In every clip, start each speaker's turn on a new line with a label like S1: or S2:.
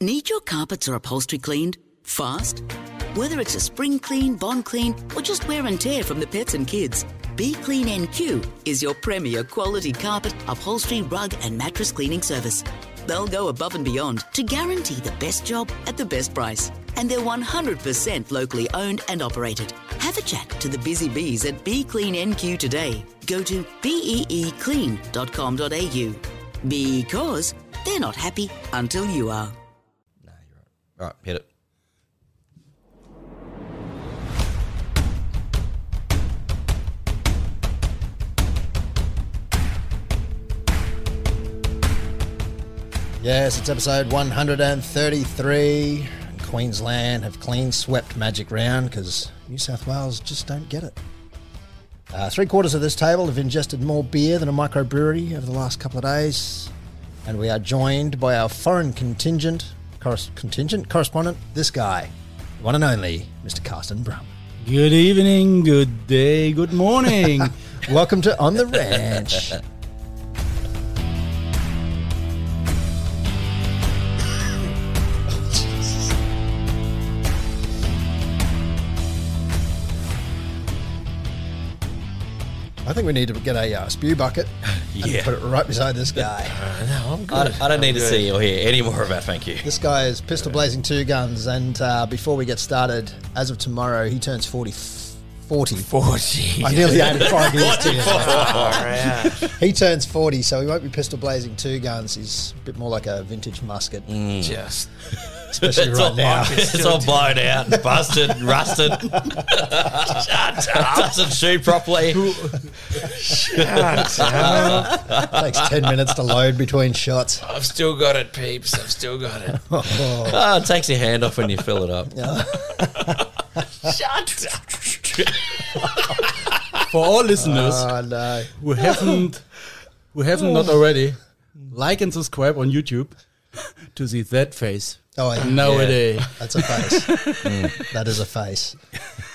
S1: Need your carpets or upholstery cleaned? Fast? Whether it's a spring clean, bond clean, or just wear and tear from the pets and kids, Be Clean NQ is your premier quality carpet, upholstery, rug, and mattress cleaning service. They'll go above and beyond to guarantee the best job at the best price. And they're 100% locally owned and operated. Have a chat to the busy bees at Be Clean NQ today. Go to beeclean.com.au because they're not happy until you are.
S2: Nah, you're right. All right, hit it.
S3: Yes, it's episode 133. Queensland have clean swept Magic Round because New South Wales just don't get it. Uh, three quarters of this table have ingested more beer than a microbrewery over the last couple of days, and we are joined by our foreign contingent, corres- contingent correspondent, this guy, the one and only Mr. Carsten Brum.
S4: Good evening, good day, good morning.
S3: Welcome to On the Ranch. I think we need to get a uh, spew bucket and
S2: Yeah.
S3: put it right beside this guy.
S2: I don't, I don't need to see or hear any more about thank you.
S3: This guy is pistol blazing two guns, and uh, before we get started, as of tomorrow, he turns 40. 40.
S5: 40.
S3: I nearly added five years to it.
S5: yeah.
S3: He turns 40, so he won't be pistol blazing two guns. He's a bit more like a vintage musket,
S5: Just.
S3: especially right now.
S2: It's all blown out, busted, rusted. Doesn't shoot properly.
S3: takes 10 minutes to load between shots.
S5: I've still got it, peeps. I've still got it.
S2: Oh, it takes your hand off when you fill it up.
S3: Oh,
S4: For all listeners
S3: Oh, no.
S4: who haven't who haven't not already, like and subscribe on YouTube to see that face.
S3: Oh, yeah.
S4: Nowadays.
S3: That's a face. That is a face.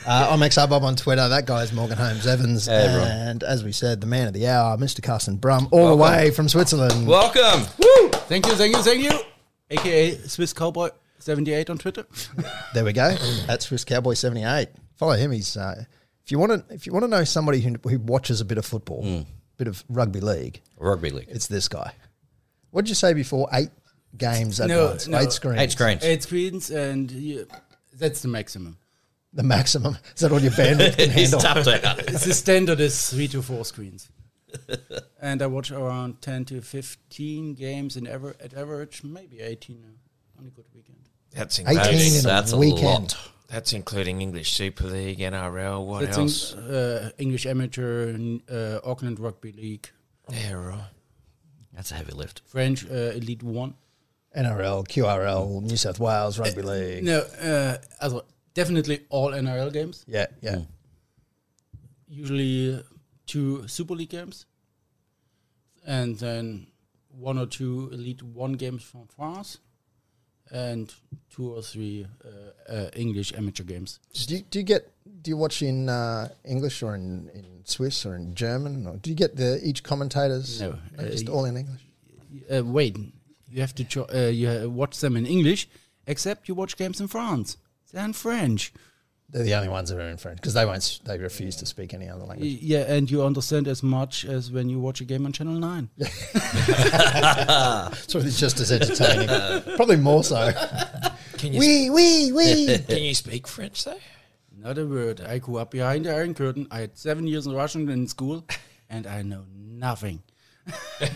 S3: Uh, I'm XRBob on Twitter. That guy is Morgan Holmes Evans.
S2: everyone.
S3: and as we said, the man of the hour, Mr. Carsten Brum, all the way from Switzerland.
S2: Welcome.
S4: Thank you, thank you, thank you. AKA Swiss Cowboy 78 on Twitter.
S3: There we go. That's Swiss Cowboy seventy eight. Follow him. He's uh, if you want to if you want to know somebody who, who watches a bit of football, bit of rugby league,
S2: Rugby league.
S3: it's this guy. What did you say before? Eight games at
S4: No,
S3: once.
S4: no.
S3: Eight screens.
S2: Eight screens.
S4: Eight screens and you, that's the maximum.
S3: The maximum. Is that all your bandwidth can
S2: He's
S3: handle?
S2: tapped out.
S4: It's the standard is three to four screens. and I watch around 10 to 15 games in ever at average, maybe 18 now, on a good weekend.
S5: That's
S3: Eighteen
S5: including,
S3: in
S2: That's
S3: a
S2: a
S3: weekend.
S2: lot.
S5: that's including English Super League, NRL, what
S4: That's
S5: else?
S4: in, uh, English amateur, n- uh, Auckland Rugby League,
S5: yeah, right.
S2: That's a heavy lift.
S4: French uh, Elite One.
S3: NRL, QRL, New South Wales rugby league.
S4: No, uh, also definitely all NRL games.
S3: Yeah, yeah.
S4: Usually uh, two Super League games, and then one or two Elite One games from France, and two or three uh, uh, English amateur games.
S3: Do you, do you get do you watch in uh, English or in, in Swiss or in German? Or do you get the each commentators?
S4: No, uh,
S3: just
S4: y-
S3: all in English.
S4: Uh, wait, you have to cho- uh, you uh, watch them in English, except you watch games in France. They're in French.
S3: They're the only ones that are in French because they won't. s- They refuse to speak any other language.
S4: Yeah, and you understand as much as when you watch a game on Channel 9.
S3: So it's just as entertaining, probably more so. Oh,
S5: Can you,
S3: Wee wee wee.
S5: can you speak French, though?
S4: Not a word. I grew up behind the Iron Curtain. I had seven years in Russian in school, and I know nothing.
S3: Oh,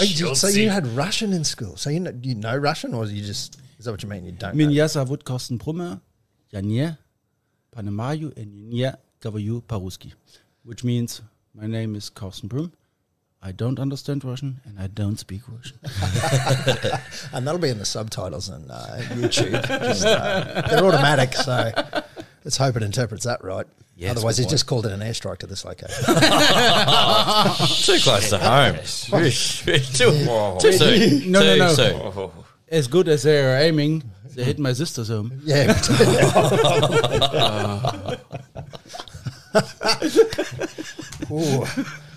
S3: you- so you had Russian in school. So you know, you know Russian, or you just is that what you mean? You don't. know?
S4: Меня зовут Костин Брummer. Я не понимаю и не говорю по-русски. Which means, my name is Carsten Brum. I don't understand Russian, and I don't speak Russian.
S3: And that'll be in the subtitles on uh, YouTube. Just, uh, they're automatic, so let's hope it interprets that right.
S2: Yeah, it's
S3: Otherwise,
S2: a good
S3: it
S2: point.
S3: just called it an airstrike to this location.
S2: Too close to home. too too soon.
S4: No, no,
S2: too
S4: no.
S2: soon.
S4: As good as they are aiming, they hit my sister's home.
S3: Yeah. Ooh,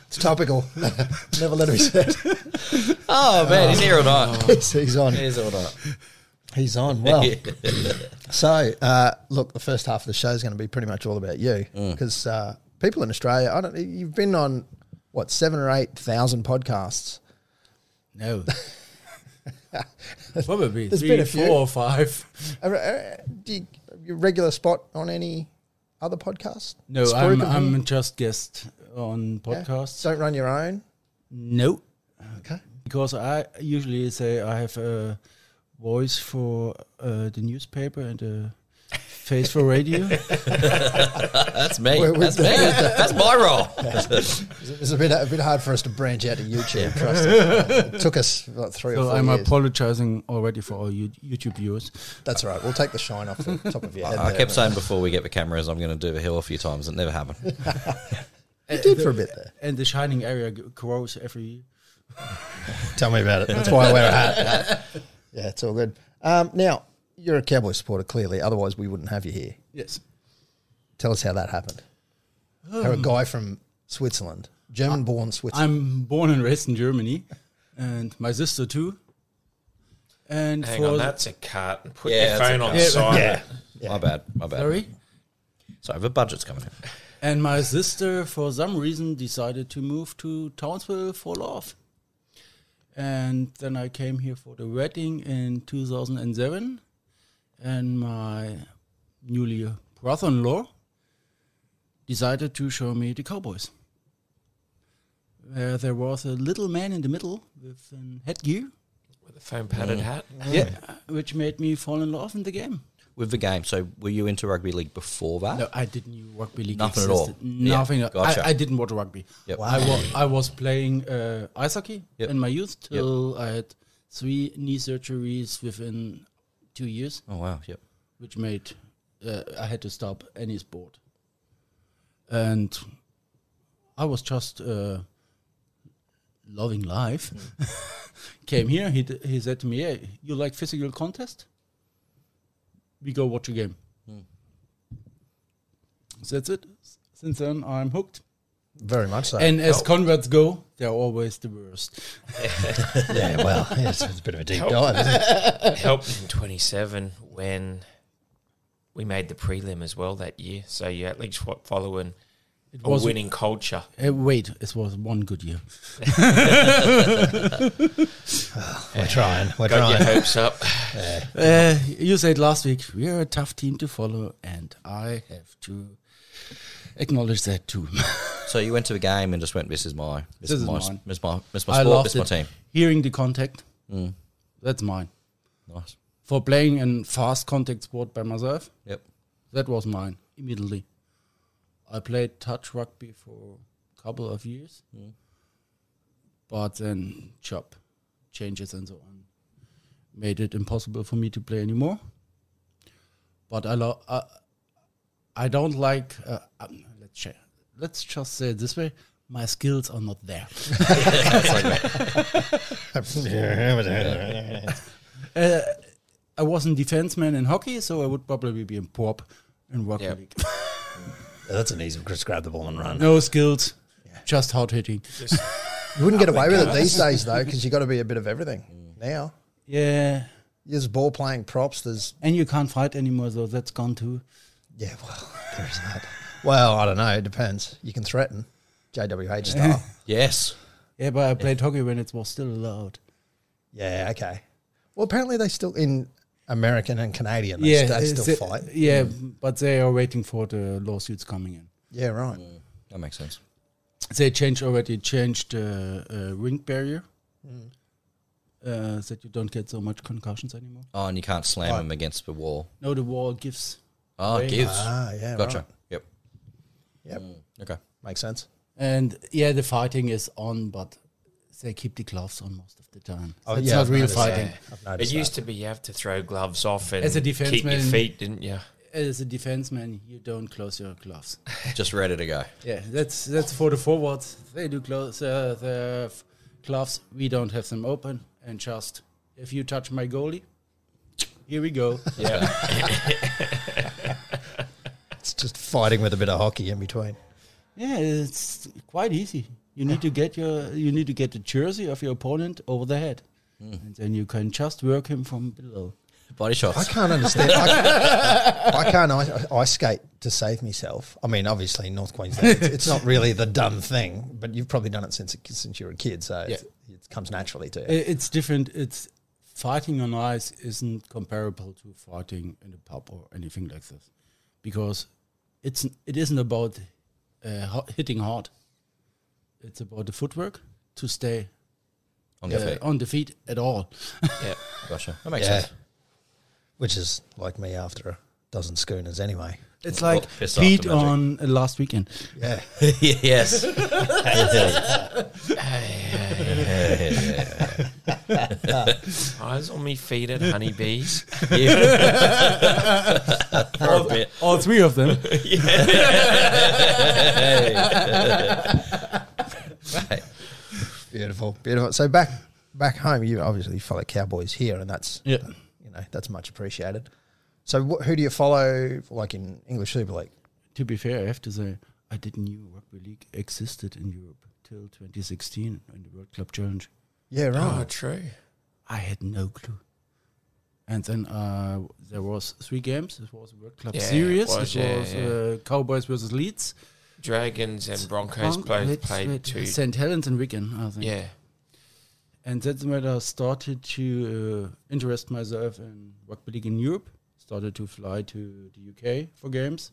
S3: it's topical. Never let him sit.
S2: Oh, man. He's here or not.
S3: He's, he's on.
S2: He's all right.
S3: He's on. Well, so uh, look, the first half of the show is going to be pretty much all about you because uh, people in Australia, I don't. You've been on what seven or eight thousand podcasts.
S4: No. Probably
S3: There's
S4: three,
S3: been a few.
S4: four, or five.
S3: Are- are- Do you, your regular spot on any other podcast?
S4: No,
S3: This
S4: I'm,
S3: group of you?
S4: I'm just guest on
S3: Yeah?
S4: podcasts.
S3: Don't run your own.
S4: No,
S3: Okay.
S4: because I usually say I have a voice for uh, the newspaper and a face for radio.
S2: That's me.
S3: We're- we're-
S2: That's me. That's my role.
S3: It's a bit a bit hard for us to branch out to YouTube. Trust me. It took us like three or
S4: so
S3: four
S4: I'm
S3: years.
S4: apologizing already for all you YouTube viewers.
S3: That's all right. We'll take the shine off the top of your head.
S2: I
S3: there,
S2: kept
S3: mate.
S2: saying before we get the cameras, I'm going to do a hill a few times. It never happened.
S3: You did for a bit there.
S4: And the shining area g- grows every year.
S3: Tell me about it. That's why I wear a hat. yeah, it's all good. Um, now you're a Cowboy supporter, clearly. Otherwise, we wouldn't have you here.
S4: Yes.
S3: Tell us how that happened.
S4: Oh.
S3: You're a guy from Switzerland, German-born Switzerland.
S4: I'm born and raised in Germany, and my sister too. And
S5: Hang
S4: for
S5: on, that's a cut. Put
S2: Yeah,
S5: your
S2: that's a
S5: phone on
S2: cut. Yeah,
S5: silent.
S3: yeah.
S2: My bad. My bad.
S4: sorry.
S2: Sorry, the budget's coming in.
S4: And my sister, for some reason, decided to move to Townsville for love. And then I came here for the wedding in 2007. And my newly brother in law decided to show me the cowboys. Uh, there was a little man in the middle with an headgear,
S5: With a foam
S3: Mm.
S5: padded hat.
S4: yeah, which made me fall in love in the game.
S2: With the game, so were you into rugby league before that?
S4: No, I didn't knew rugby league.
S2: Nothing at
S4: existed.
S2: all. Yeah,
S4: Nothing. at-
S2: gotcha.
S4: I, I didn't watch rugby.
S2: Yep.
S4: I, wa- I was playing uh, ice hockey
S2: Yep.
S4: in my youth till I had three knee surgeries within two years,
S2: Oh wow. Yep.
S4: which made uh, I had to stop any sport. And I was just uh, loving life. Came here. He d- he said to me, "Hey, you like physical contest? We go watch a game." So that's it. S- Since then, I'm hooked.
S3: Very much so.
S4: And as converts go, they're always the worst.
S3: yeah, well, yeah, it's, it's a bit of a deep dive, isn't it?
S5: helped in 27 when we made the prelim as well that year. So you at least what following
S4: It
S5: a
S4: was
S5: winning culture.
S4: Uh, wait, it was one good year.
S3: We're trying. We're
S5: Got
S3: trying.
S5: your hopes up.
S4: Uh, you said last week we are a tough team to follow, and I have to acknowledge that too.
S2: So you went to the game and just went, "This is my, this, is,
S4: is
S2: my,
S4: mine.
S2: this is my, this is my
S4: I
S2: sport,
S4: loved
S2: this is my
S4: it.
S2: team."
S4: Hearing the contact, that's mine.
S2: Mm, Nice.
S4: For playing in fast contact sport by myself,
S2: Yep.
S4: that was mine immediately. I played touch rugby for a couple of years, but then job changes and so on made it impossible for me to play anymore. But I lo- I, I don't like. Uh, um, let's check. Let's just say it this way: my skills are not there. I was a defenseman in hockey, so I would probably be in pop in rugby
S5: Yep.
S4: league.
S3: That's an easy one. Just grab the ball and run.
S4: No skills, just hard hitting.
S3: You wouldn't get away with it these days, though, because you've got to be a bit of everything now.
S4: Yeah,
S3: There's ball playing props. There's
S4: and you can't fight anymore, so that's gone too.
S3: yeah. Well, there is that. Well, I don't know. It depends. You can threaten JWH style.
S2: Yes.
S4: Yeah, but I played hockey when it was still allowed.
S3: yeah. Okay. Well, apparently they still in American and Canadian. They,
S4: yeah,
S3: st- they
S4: it's
S3: still
S4: a-
S3: fight. Mm.
S4: Yeah, but they are waiting for the lawsuits coming in.
S3: Yeah. Right.
S2: That makes sense.
S4: They changed already changed the uh, ring barrier.
S3: Mm.
S4: Uh, that you don't get so much concussions anymore.
S2: Oh, and you can't slam them against the wall.
S4: No, the wall gives.
S2: Oh,
S4: Right.
S2: gives.
S3: Ah. Yeah.
S2: gotcha.
S3: Right.
S2: Yep. Mm,
S3: Yep.
S2: Okay.
S3: Makes sense.
S4: And yeah, the fighting is on, but they keep the gloves on most of the time.
S3: Oh,
S4: it's
S3: yeah,
S4: not
S3: I've
S4: real
S3: noticed that.
S4: fighting.
S3: I've
S5: It
S3: noticed
S5: used to be you have to throw gloves off and
S4: As a
S5: keep your
S4: defenseman-
S5: feet, didn't you?
S4: As a defenseman, you don't close your gloves.
S2: Just ready to go.
S4: Yeah, that's that's for the forwards. They do close uh, their f- gloves. We don't have them open, and just if you touch my goalie, here we go.
S5: Yeah.
S3: It's just fighting with a bit of hockey in between.
S4: yeah, it's quite easy. You need to get your you need to Mm. get the jersey of your opponent over the head, and then you can just work him from below.
S2: Body
S3: I
S2: shots.
S3: can't understand. I, I can't ice, ice skate to save myself. I mean, obviously, in North Queensland, it's, it's not really the dumb thing, but you've probably done it since since you were a kid, so it's it comes naturally to you.
S4: I- It's different. It's fighting on ice isn't comparable to fighting in the pub or anything like this, because it's it isn't about uh, ho- hitting hard. It's about the footwork to stay
S2: On
S4: uh,
S2: your feet.
S4: on the feet at all.
S5: yeah.
S2: Gotcha. That makes
S3: yeah,
S2: sense.
S3: which is like me after a dozen schooners, anyway.
S4: It's
S2: Well,
S4: like
S2: pissed off
S4: Pete
S2: the magic.
S4: on uh, last weekend.
S3: Yeah,
S2: yes.
S5: I was on my feet at honeybees.
S2: Or a bit.
S4: All three of them.
S2: Right.
S3: beautiful, beautiful. So back back home, you obviously follow Cowboys here, and that's
S4: yeah.
S3: you know that's much appreciated. So wh- who do you follow, like in English Super League?
S4: To be fair, I have to say I didn't knew rugby league existed in Europe till 2016 in the World Club Challenge.
S3: Yeah, right.
S5: oh, true.
S4: I had no clue. And then uh, there was three games. It was World Club
S5: Yeah, it
S4: Series. It was,
S5: was, yeah,
S4: Uh, Cowboys versus Leeds.
S5: Dragons and Broncos
S4: Bron-
S5: both
S4: with-
S5: played
S4: with
S5: two.
S4: St. Helens and Wigan, I think.
S5: Yeah.
S4: And that's when I started to uh, interest myself in rugby league in Europe. Started to fly to the UK for games,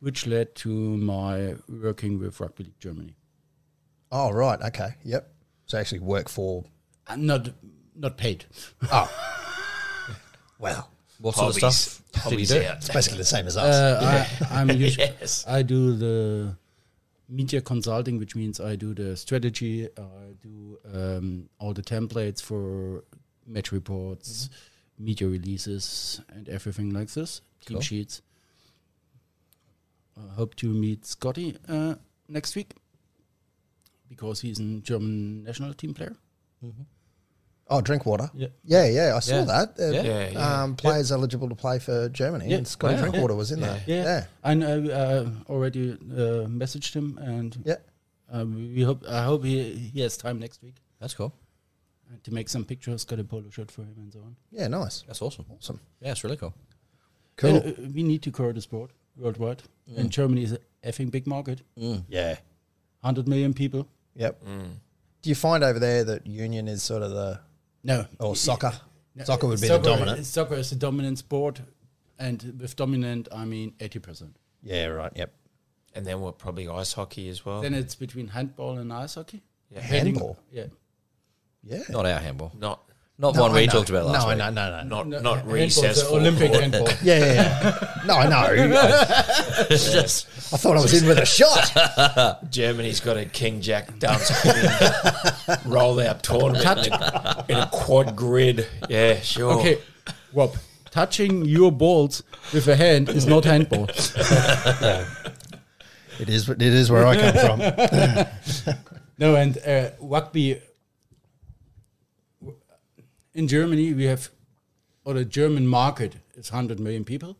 S4: which led to my working with Rugby League Germany.
S3: Oh, right. Okay. Yep. So actually work for.
S4: Uh, not not paid.
S5: Oh.
S3: Well,
S2: What
S5: Hobbies.
S2: sort of stuff did you
S5: Hobbies
S2: do?
S5: out.
S3: it's basically the same as us.
S4: Uh, I, I'm usually,
S5: Yes.
S4: I do the media consulting, which means I do the strategy, I do um, all the templates for match reports, media releases, and everything like this, team
S2: Cool.
S4: sheets. I hope to meet Scotty uh, next week because he's a German national team player.
S3: oh, drink water.
S4: Yeah.
S3: Yeah, yeah. I saw
S2: Yeah.
S3: that. Uh,
S2: Yeah.
S5: Yeah. yeah.
S3: Um, players eligible to play for Germany,
S4: Yeah.
S3: and Scotty
S2: Wow.
S3: Drinkwater was in there. Yeah. yeah,
S4: And I uh, already uh, messaged him, and uh, we hope I hope he, he has time next week.
S2: That's cool.
S4: and to make some pictures, got a polo shirt for him and so on.
S3: Yeah, nice,
S2: That's awesome.
S3: awesome,
S2: Yeah, it's really cool.
S3: cool. Mm.
S4: And, uh, we need to grow the sport worldwide. And Germany is a effing big market.
S2: Mm.
S3: yeah,
S4: 100 million people.
S3: yep. Do you find over there that union is sort of the
S4: No.
S3: or soccer?
S4: No,
S3: Soccer would be
S4: soccer,
S3: the dominant.
S4: Soccer is the dominant sport. And with dominant, I mean 80%.
S3: yeah, right. Yep.
S5: And then we're probably ice hockey as well.
S4: Then it's between handball and ice hockey.
S5: Yeah.
S3: Handball.
S4: Yeah.
S3: Yeah.
S2: Not our handball.
S5: Not
S2: Not
S3: No,
S2: one we
S3: I know.
S2: talked about last
S3: no,
S2: week.
S3: No, no, no, no.
S5: not
S4: No,
S5: not
S4: handball's
S5: recess.
S4: the
S5: for-
S4: Olympic handball.
S3: Yeah, yeah, yeah. no, I know. I, I thought I was in with a shot.
S5: Germany's got a King Jack dance roll out tournament in a, in a quad grid. Yeah, sure.
S4: Okay, Rob, touching your balls with a hand is not handball.
S3: It is. It is where I come from.
S4: No, and uh, rugby in Germany we have, or the German market is hundred million people.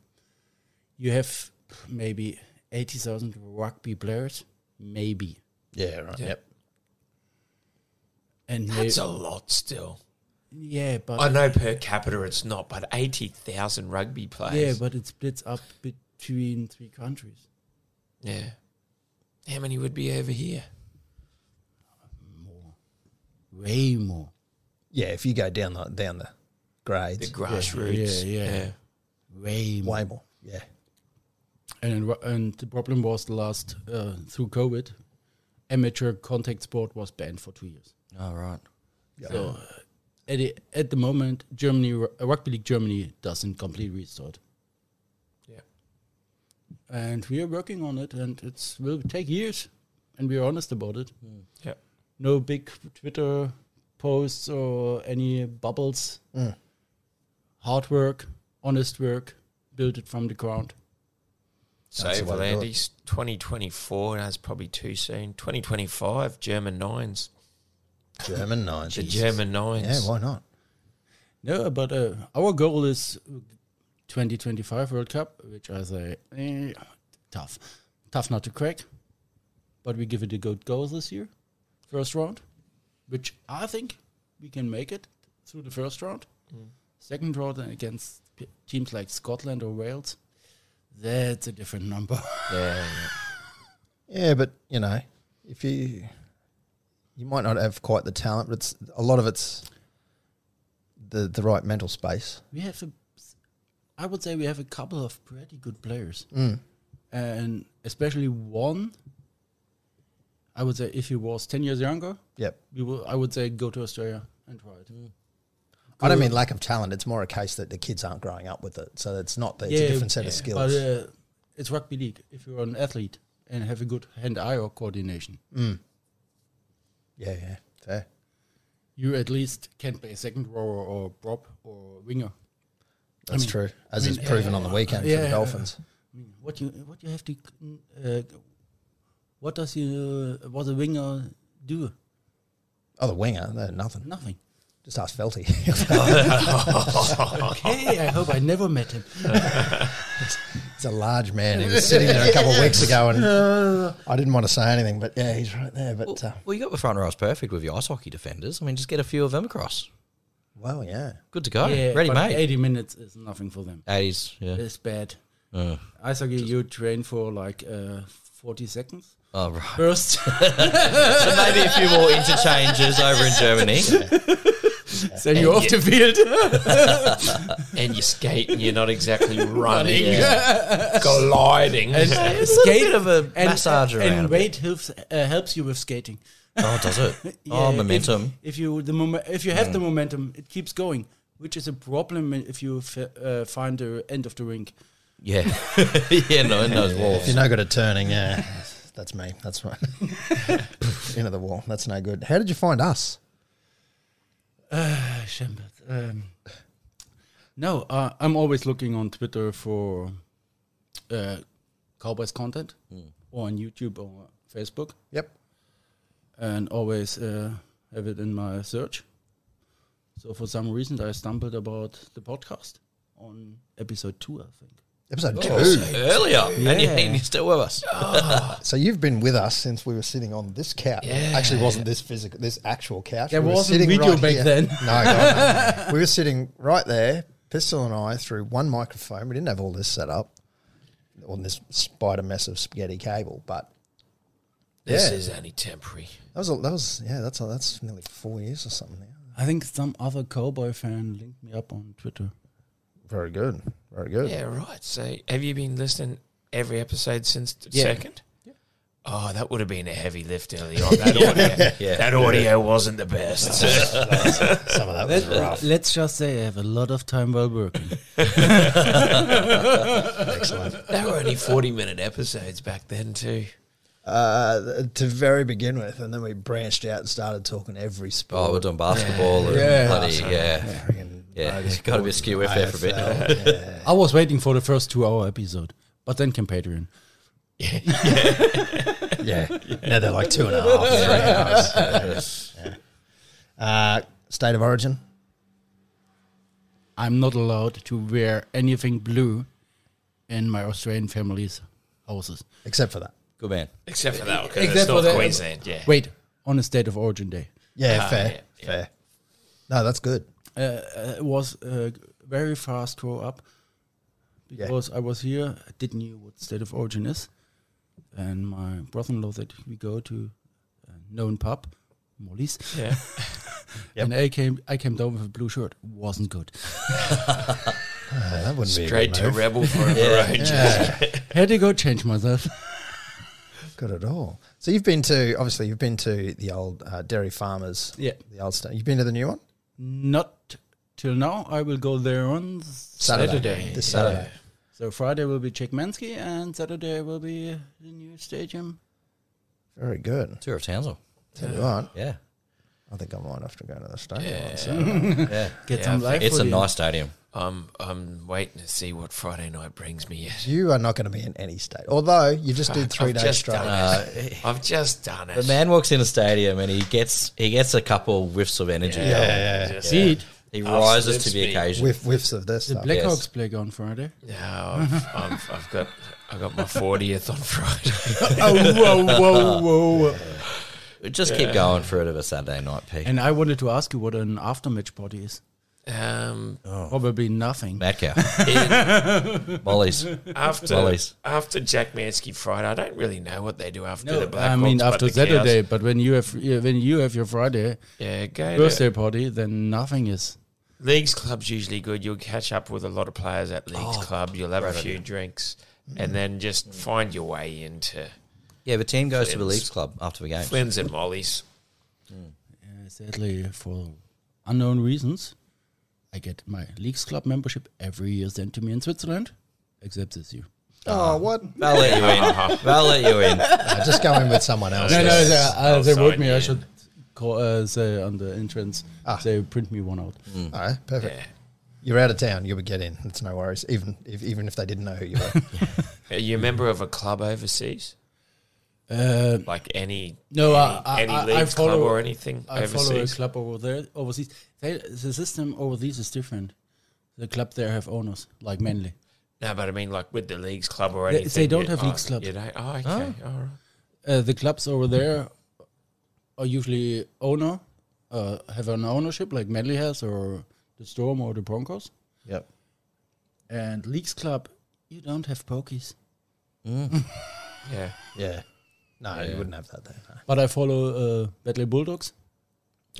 S4: You have maybe eighty thousand rugby players, maybe,
S3: Yeah, right. Yep.
S4: and
S5: That's
S4: may-
S5: a lot still.
S4: yeah, but
S5: I know per capita it's not, but 80,000 rugby
S4: yeah,
S5: players.
S4: but it splits up between three countries.
S5: Yeah. How many would be over here?
S4: Way more,
S3: Yeah, if you go down the down the
S5: The
S3: grades,
S5: grassroots.
S4: yeah, yeah. way more.
S3: way more. Yeah.
S4: And ru- and the problem was the last uh, through COVID, amateur contact sport was banned for two years.
S2: Oh, right.
S4: So uh, at the, at the moment, Germany Ru- uh, rugby league Germany doesn't completely restart,
S5: Yeah.
S4: and we are working on it, and it will take years, and we are honest about it.
S5: Yeah.
S4: No big Twitter posts or any bubbles. Hard work, honest work, build it from the ground.
S5: So
S3: That's the way to do it.
S5: Volandis, 2024, that's probably too soon. 2025, German Nines.
S3: German nines.
S5: The German Nines.
S3: Yeah, why not?
S4: No, but uh, our goal is 2025 World Cup, which I say eh, tough, tough not to crack. But we give it a good go this year, first round, which I think we can make it through the first round. Second row then against p- teams like Scotland or Wales, that's a different number.
S3: Yeah, but you know, if you you might not have quite the talent, but it's a lot of it's the the right mental space.
S4: we have a, I would say we have a couple of pretty good players,
S3: Mm.
S4: and especially one. I would say if he was ten years younger,
S3: Yep.
S4: we will. I would say go to Australia and try it.
S3: Mm. I don't mean lack of talent. It's more a case that the kids aren't growing up with it, so it's not. It's a different set of skills.
S4: But uh, it's rugby league. If you're an athlete and have a good hand-eye or coordination,
S3: yeah, yeah, fair.
S4: you at least can play second row or prop or winger.
S3: That's
S4: mean-
S3: true, as
S4: I
S3: is
S4: mean,
S3: proven
S4: uh,
S3: on the weekend for the
S4: yeah.
S3: Dolphins.
S4: I mean, what you what you have to uh, what does you what a winger do?
S3: Oh, the winger, they're nothing.
S4: Nothing.
S3: Just ask Felty.
S4: Okay, I hope I never met him.
S3: He's a large man. He was sitting there a couple of weeks ago, and I didn't want to say anything, but yeah, he's right there. But uh,
S2: Well, well, you got the front rows perfect with your ice hockey defenders. I mean, just get a few of them across.
S3: well, yeah,
S2: Good to go.
S4: Yeah,
S2: Ready,
S4: but
S2: mate.
S4: 80 minutes is nothing for them.
S2: 80s. Yeah.
S4: It's bad.
S2: Uh,
S4: I saw you train for like uh, 40 seconds.
S2: oh, right.
S4: First,
S2: So maybe a few more interchanges over in Germany.
S4: then you're off the field.
S5: and you skate and you're not exactly running, you're gliding.
S2: It's a little bit of a massage
S4: and,
S2: around. a
S4: And
S2: bit.
S4: weight helps, uh, helps you with skating.
S2: Oh, does it?
S4: Yeah,
S2: oh,
S4: if-
S2: momentum.
S4: If, you the momen- if you have the momentum, it keeps going, which is a problem if you f- uh, find the end of the rink.
S2: Yeah. yeah, no, in those
S3: If
S2: walls.
S3: you're no good at turning, yeah, that's me. That's right. Into the wall. That's no good. How did you find us?
S4: Uh, Shambert, um, no, uh, I'm always looking on Twitter for uh, Cowboys content or on YouTube or Facebook
S3: Yep.
S4: and always uh, have it in my search. So for some reason, I stumbled about the podcast on episode two, I think.
S3: Episode two.
S2: Earlier. And, you,
S4: Yeah.
S2: and you're still with us.
S3: So you've been with us since we were sitting on this couch. Actually, it wasn't this physical, this actual couch.
S4: There
S3: we were
S4: wasn't
S3: sitting
S4: video back
S3: here.
S4: then.
S3: No, God, no, no. we were sitting right there, Pistol and I, through one microphone. We didn't have all this set up on this spider mess of spaghetti cable, but
S5: This
S3: Yeah.
S5: is only temporary.
S3: that was a, that was yeah, that's a, that's nearly four years or something now.
S4: I think some other cowboy fan linked me up on Twitter.
S3: Very good, very good.
S5: Yeah, right. So, have you been listening every episode since the
S4: Yeah.
S5: second? Oh, that would have been a heavy lift early on. That audio,
S2: Yeah.
S5: that audio wasn't the best.
S3: Some of that was rough.
S4: Let's just say I have a lot of time while working.
S3: Excellent.
S5: they were only forty-minute episodes back then, too.
S3: Uh, to very begin with, and then we branched out and started talking every sport.
S2: Oh, we're doing basketball and
S3: Yeah.
S2: bloody, yeah.
S3: Friggin'
S2: Oh, Yeah,
S3: motorsport,
S2: gotta be a skew if there for a bit.
S3: AFL, yeah.
S4: I was waiting for the first two-hour episode, but then came Patreon.
S3: Yeah. Now they're like two and a half, three hours. Yeah. Uh, state of origin.
S4: I'm not allowed to wear anything blue in my Australian family's houses.
S3: Except for that.
S2: Good man.
S5: Except for that, because
S4: Except
S5: it's
S4: for
S5: North
S4: that-
S5: Queensland. Yeah,
S4: Wait, on a state of origin day.
S3: Yeah,
S5: Ah,
S3: fair.
S5: yeah, yeah.
S3: Fair. No, that's good.
S4: Uh, uh, it was a very fast grow up because I was here, I didn't know what state of origin is. And my brother in law that we go to a known pub, Molly's.
S5: yeah.
S4: And I came I came down with a blue shirt. Wasn't good.
S3: Yeah, that wouldn't
S5: Straight
S3: be a
S5: to
S3: good move.
S5: rebel for the Rangers.
S3: Yeah,
S4: Had to go change myself.
S3: good at all. So you've been to obviously you've been to the old uh, dairy farmers.
S4: Yeah.
S3: The old state. You've been to the new one
S4: Not till now. I will go there on
S3: Saturday.
S4: Saturday.
S3: This Saturday.
S4: So Friday will be Czechmansky and Saturday will be the new stadium.
S3: Very good.
S2: Tour of Townsville.
S3: Tell you what,
S2: Yeah.
S3: I think I might have to go to the state. Yeah.
S2: Yeah.
S4: Get
S5: Yeah, I
S4: some
S5: think
S4: life.
S2: It's
S4: for
S2: a
S4: you.
S2: nice stadium.
S5: I'm I'm waiting to see what Friday night brings me yet.
S3: You are not going to be in any state. Although you just did 3
S5: I've
S3: days
S5: just
S3: straight.
S5: done it. I've just done
S2: The
S5: it.
S2: man walks in a stadium and he gets he gets a couple whiffs of energy.
S5: Yeah,
S4: That's it.
S2: He rises to
S5: Uplifts
S2: the
S5: me.
S2: occasion.
S3: Whiff, whiffs of this.
S4: The
S3: stuff.
S4: Blackhawks
S2: Yes.
S4: play on Friday.
S5: No, I've, I've, I've got I got my fortieth on Friday.
S4: oh, whoa, whoa, whoa.
S2: Just keep going for it of a Saturday night, Pete.
S4: And I wanted to ask you what an after match party is.
S5: Um,
S4: Probably nothing.
S2: Mad cow.
S5: in-
S2: Mollies.
S5: after
S2: Mollies.
S5: after Jack Mansky Friday, I don't really know what they do after the Black
S4: I mean
S5: Hawks, but
S4: after
S5: the cows-
S4: Saturday, but when you have yeah, when you have your Friday
S5: Yeah, go to-
S4: birthday party, then nothing is.
S5: Leagues Club's usually good. You'll catch up with a lot of players at Leagues
S4: Oh,
S5: Club. You'll have a few drinks and then just find your way into
S2: Yeah, the team goes to the
S5: Flint's.
S2: Leagues Club after the game.
S5: Flynn's and Molly's.
S4: Uh, sadly, for unknown reasons, I get my Leagues Club membership every year sent to me in Switzerland, except this year.
S3: Oh, what?
S2: They'll let you in. They'll let you in.
S3: I just go in with someone else.
S4: No, no,
S5: Yes.
S4: they, uh, they
S5: Outside,
S4: wrote me.
S5: yeah.
S4: I should call, uh, say on the entrance. They print me one out.
S5: Hmm.
S3: All right, perfect.
S5: Yeah.
S3: You're out of town. You would get in. It's no worries. Even if even if they didn't know who you were.
S5: Are you
S4: Mm-hmm.
S5: a member of a club overseas? like any
S4: Uh, no,
S5: any,
S4: I- I-
S5: any
S4: I- I
S5: leagues
S4: follow-
S5: club or anything
S4: I follow a
S5: overseas?
S4: club over there overseas. They, the system overseas is different. The club there have owners like mainly.
S5: No, but I mean like with the leagues club or
S4: They-
S5: anything.
S4: they don't
S5: you-
S4: have
S5: oh,
S4: leagues club.
S5: You don't? Oh, okay, all right.
S4: Uh, the clubs over there are usually owner uh, have an ownership like Medley has or the Storm or the Broncos.
S3: yep.
S4: And leagues club, you don't have pokies.
S5: Yeah,
S3: Yeah. No, you wouldn't have that there. no.
S4: But I follow uh, Medley Bulldogs.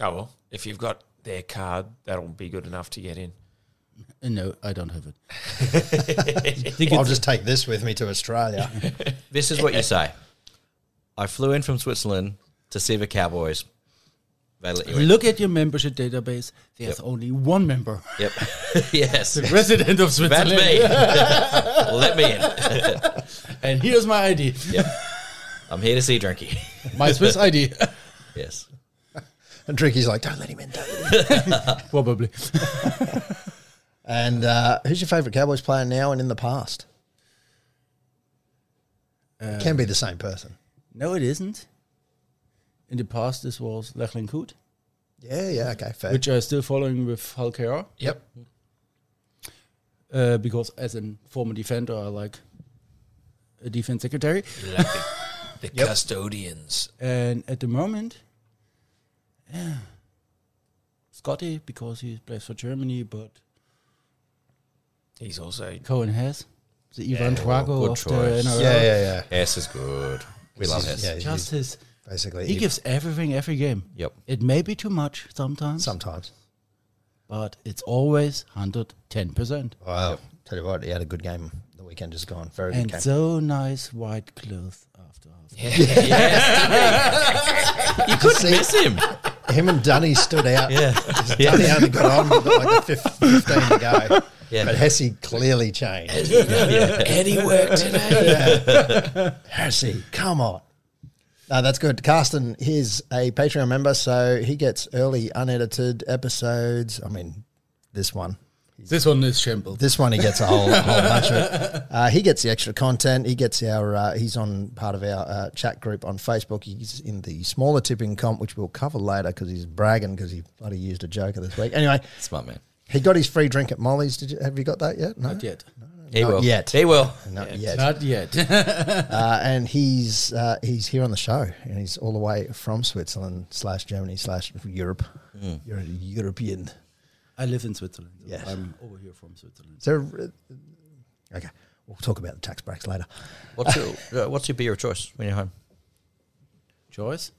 S5: Oh well, if you've got their card, that'll be good enough to get in.
S4: Uh, no, I don't have it.
S3: I'll just take this with me to Australia.
S2: This is what you say. I flew in from Switzerland to see the Cowboys. They let you in.
S4: Look at your membership database. There's only one member,
S2: Yep. yes.
S4: resident of
S2: That's
S4: Switzerland,
S2: me. let me in.
S4: and here's my ID,
S2: I'm here to see Drinky.
S4: my Swiss ID,
S2: Yes.
S3: and Dricky's like, don't let him in. Don't let him in."
S4: probably.
S3: And uh, who's your favourite Cowboys player now and in the past? Can be the same person.
S4: No, it isn't. In the past, this was Lachlan Coote,
S3: Yeah, yeah, okay, fair.
S4: which I'm still following with Hulk Hera,
S3: yep.
S4: uh, because as a former defender, I like a defense secretary.
S5: Like the, the custodians.
S4: And at the moment, yeah, Scotty, because he plays for Germany, but
S5: He's also
S4: Cohen has the Ivan
S2: well,
S4: Drago
S2: good
S4: of
S2: choice.
S4: the NRL.
S3: Yeah, yeah, yeah.
S2: Hess is good. We love Hess.
S3: Yeah, he's
S4: Just his.
S3: basically.
S4: He
S3: if-
S4: gives everything every game.
S2: Yep.
S4: It may be too much sometimes,
S3: sometimes.
S4: but it's always 110%.
S3: Well, tell you what, he had a good game the weekend just gone. Very good
S4: And
S3: game.
S4: so nice white clothes after half. Yeah.
S3: you could
S2: Miss him.
S3: him and Dunny stood out.
S2: Yeah.
S3: Dunny only got on with like a fif- 15 to go.
S2: Yeah.
S3: But Hesse clearly changed.
S5: Eddie worked today.
S3: Hesse, come on. No, that's good. Carsten is a Patreon member, so he gets early unedited episodes. I mean, this one.
S4: This one is shambled.
S3: This one he gets a whole, a whole bunch of. it. Uh, he gets the extra content. He gets our. Uh, he's on part of our uh, chat group on Facebook. He's in the smaller tipping comp, which we'll cover later because he's bragging because he bloody used a joker this week. Anyway,
S2: Smart man.
S3: he got his free drink at Molly's. Did you have you got that yet? No,
S4: Not yet.
S2: He
S3: Not
S2: will.
S3: yet.
S2: He will.
S3: not yet.
S4: Not yet.
S3: Uh, and he's uh, he's here on the show, and he's all the way from Switzerland slash Germany slash Europe. You're a European.
S4: I live in Switzerland. so
S3: Yes.
S4: I'm over here from Switzerland.
S3: Is there? a- Okay, we'll talk about the tax breaks later.
S2: What's your, uh, what's your beer of choice when you're home?
S4: Choice?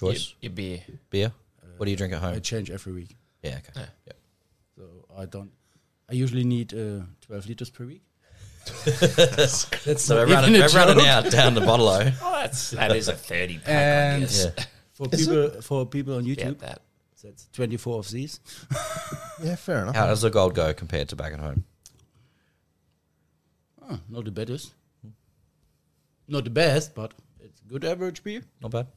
S5: Your,
S2: Choice?
S5: your beer.
S2: Beer? What do you drink at
S4: I
S2: home?
S4: change every week.
S2: Yeah, okay. Yep.
S4: So I don't. I usually need uh, 12 liters per week. That's
S2: So
S4: not
S2: we're running,
S4: even a
S2: we're running
S4: joke.
S2: out down the bottle oh.
S5: Oh, that's that is a thirty pack. I
S4: And
S5: guess.
S4: for people for people on
S5: Yeah,
S4: YouTube,
S5: that.
S4: that's 24 of these.
S3: Yeah, fair enough.
S2: How does the gold go compared to back at home?
S4: Oh, not the baddest. Not the best, but it's good average beer.
S2: Not bad.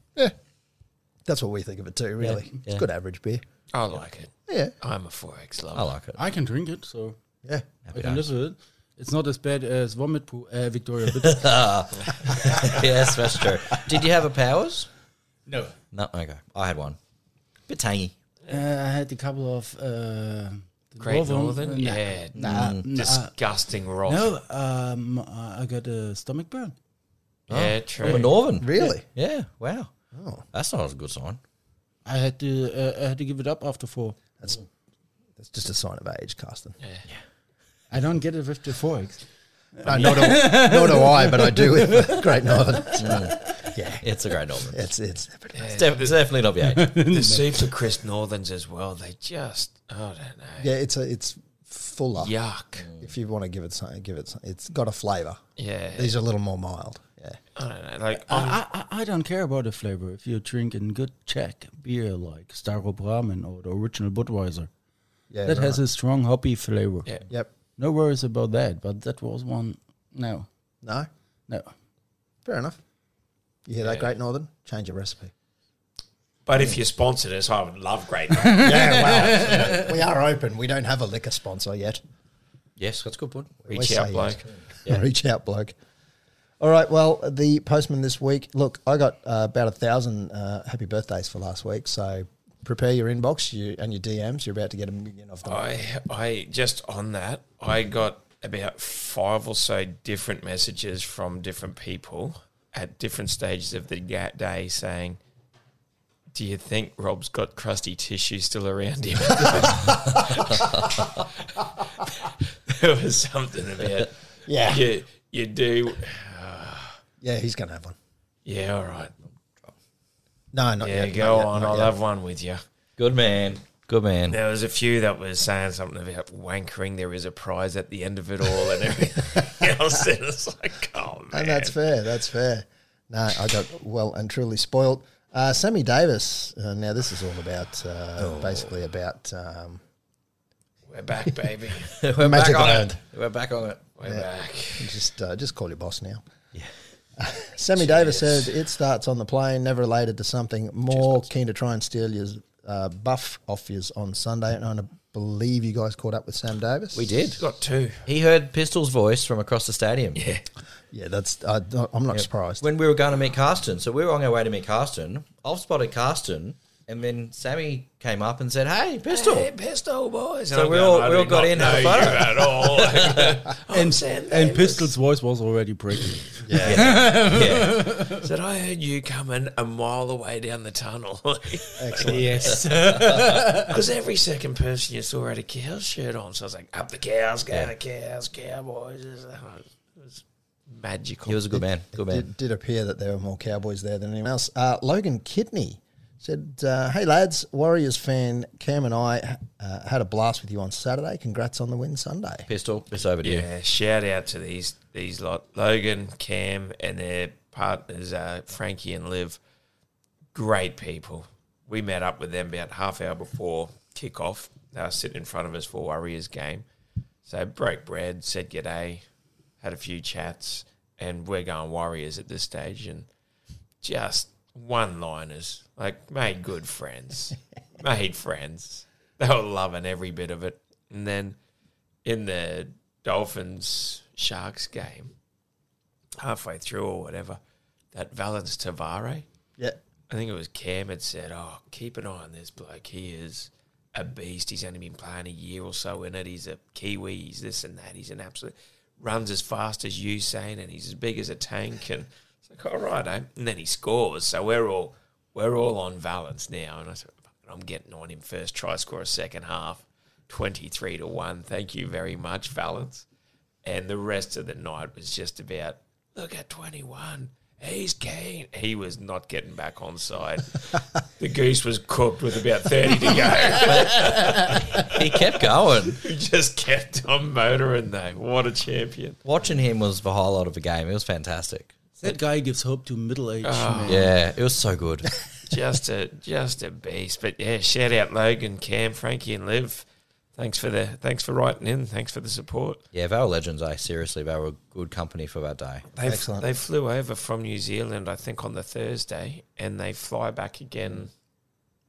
S3: That's what we think of it too. Really, it's
S2: yeah.
S3: good average beer.
S5: I like it.
S3: Yeah,
S5: I'm a four X lover.
S2: I like it.
S4: I can drink it, so
S3: yeah.
S2: Happy
S4: I can
S2: days.
S4: live with it. It's not as bad as Vomit Poo, uh, Victoria. But
S2: yes, that's true. Did you have a Powers?
S4: no.
S2: No, okay. I had one. Bit tangy.
S4: Uh, I had a couple of. Uh, the
S5: Great Northern.
S4: uh, nah.
S5: yeah.
S2: Mm. Uh,
S5: Disgusting rock.
S4: No, um, I I got a stomach burn.
S5: Yeah,
S2: From a
S5: true.
S2: Northern.
S3: Really?
S2: Yeah. Wow. That's not a good sign.
S4: I had to uh, I had to give it up after four.
S3: That's That's just a sign of age, Carsten.
S4: I don't get it with the forks.
S3: No, nor, do, nor do I, but I do with Great Northern. Yeah,
S2: It's a great Norman.
S3: it's it's
S2: It's, def- it's definitely not the age.
S5: The Super Crest Northerns as well. They just, I don't know.
S3: yeah, it's a, it's fuller.
S5: Yuck.
S3: if you want to give it something, give it. Something. It's got a flavour.
S5: Yeah.
S3: These are a little more mild. Yeah,
S5: I don't know. Like, I'm-
S4: I, I- I, I don't care about the flavor. If you're drinking good Czech beer like Staropramen or the original Budweiser,
S3: yeah.
S4: that has
S3: right.
S4: a strong hoppy flavor.
S5: Yeah.
S3: Yep.
S4: No worries about that. But that was one. No,
S3: No.
S4: no.
S3: Fair enough. You hear that, Great Northern? Change your recipe.
S5: but if you sponsored us, I would love Great
S3: yeah, well, you know, we are open. We don't have a liquor sponsor yet.
S2: yes, that's a good point.
S3: We
S5: Reach
S3: say
S5: out,
S3: yes.
S5: bloke.
S3: Reach out, bloke. All right. Well, the postman this week. Look, I got uh, about a thousand uh, happy birthdays for last week. So prepare your inbox you, and your DMs. You're about to get a million of them.
S5: I I just on that, I got about five or so different messages from different people at different stages of the ga- day saying, "Do you think Rob's got crusty tissue still around him?" there was something about
S3: Yeah. yeah.
S5: you. You do,
S3: he's going to have one.
S5: yeah. All right,
S3: No, not
S5: yeah.
S3: yet. not
S5: go
S3: yet,
S5: on.
S3: not
S5: I'll
S3: yet.
S5: have one with you.
S2: Good man. Good man.
S5: There was a few that was saying something about wankering. There is a prize at the end of it all, and everything else. And it's like, oh man,
S3: And that's fair. That's fair. No, I got well and truly spoilt. Uh, Sammy Davis. Uh, now, this is all about uh,
S5: Oh.
S3: basically about um,
S5: we're back, baby.
S2: We're
S3: Magic
S2: back on
S3: Island.
S2: it. We're back on it.
S5: We're back.
S3: Just uh, just call your boss now. Yeah. Sammy Davis said it starts on the plane, never related to something more keen to try and steal your uh, buff off yours on Sunday. And I believe you guys caught up with Sam Davis.
S2: We did.
S5: Got two.
S2: He heard Pistol's voice from across the stadium.
S5: Yeah,
S3: Yeah, that's. Uh, I'm not surprised.
S2: When we were going to meet Carsten, so we were on our way to meet Carsten. I've spotted Carsten, and then Sammy came up and said, "Hey, Pistol."
S5: Hey, pistol boys. Oh,
S2: So we all- we all got in, had a photo.
S5: at all.
S4: And, and Pistol's voice was already breaking.
S2: Yeah.
S5: Said I heard you coming a mile away down the tunnel.
S3: Excellent.
S5: yes, because every second person you saw had a cow shirt on. So I was like, up the cows, go the cows, cowboys. It was magical.
S2: He was a good man. Good man.
S3: It did appear that there were more Cowboys there than anyone else. Uh, Logan Kidney said, uh, "Hey lads, Warriors fan Cam and I uh, had a blast with you on Saturday. Congrats on the win Sunday.
S2: Pistol, it's over to you.
S5: Yeah, shout out to these these lot Logan, Cam, and their partners uh, Frankie and Liv. Great people. We met up with them about half hour before kickoff. They were sitting in front of us for Warriors game, so broke bread, said g'day, had a few chats, and we're going Warriors at this stage, and just one liners like made good friends, made friends. They were loving every bit of it, and then in the Dolphins Sharks game, halfway through or whatever, that Valens Tavare,
S3: Yeah,
S5: I think it was Cam had said, Oh, keep an eye on this bloke. He is a beast. He's only been playing a year or so in it. He's a Kiwi. He's this and that. He's an absolute, runs as fast as Usain and he's as big as a tank. And it's like, All right, eh? And then he scores. So we're all, we're all on Valens now. And I said, "Fucking, I'm getting on him first try, score a second half, 23 to 1. Thank you very much, Valens. And the rest of the night was just about look at 21. He's keen. He was not getting back on side. the goose was cooked with about 30 to
S2: He kept going.
S5: go. he just kept on motoring, though. What a champion.
S2: Watching him was the highlight of the game. It was fantastic.
S4: That guy gives hope to middle-aged
S5: Ah.
S4: men.
S2: Yeah, it was so good.
S5: Just a just a beast. But yeah, shout out Logan, Cam, Frankie, and Liv. Thanks for the thanks for writing in. Thanks for the support.
S2: Yeah, they were legends, eh? Seriously, they were good company for that day.
S5: They f-
S3: Excellent.
S5: they flew over from New Zealand, I think, on the Thursday, and they fly back again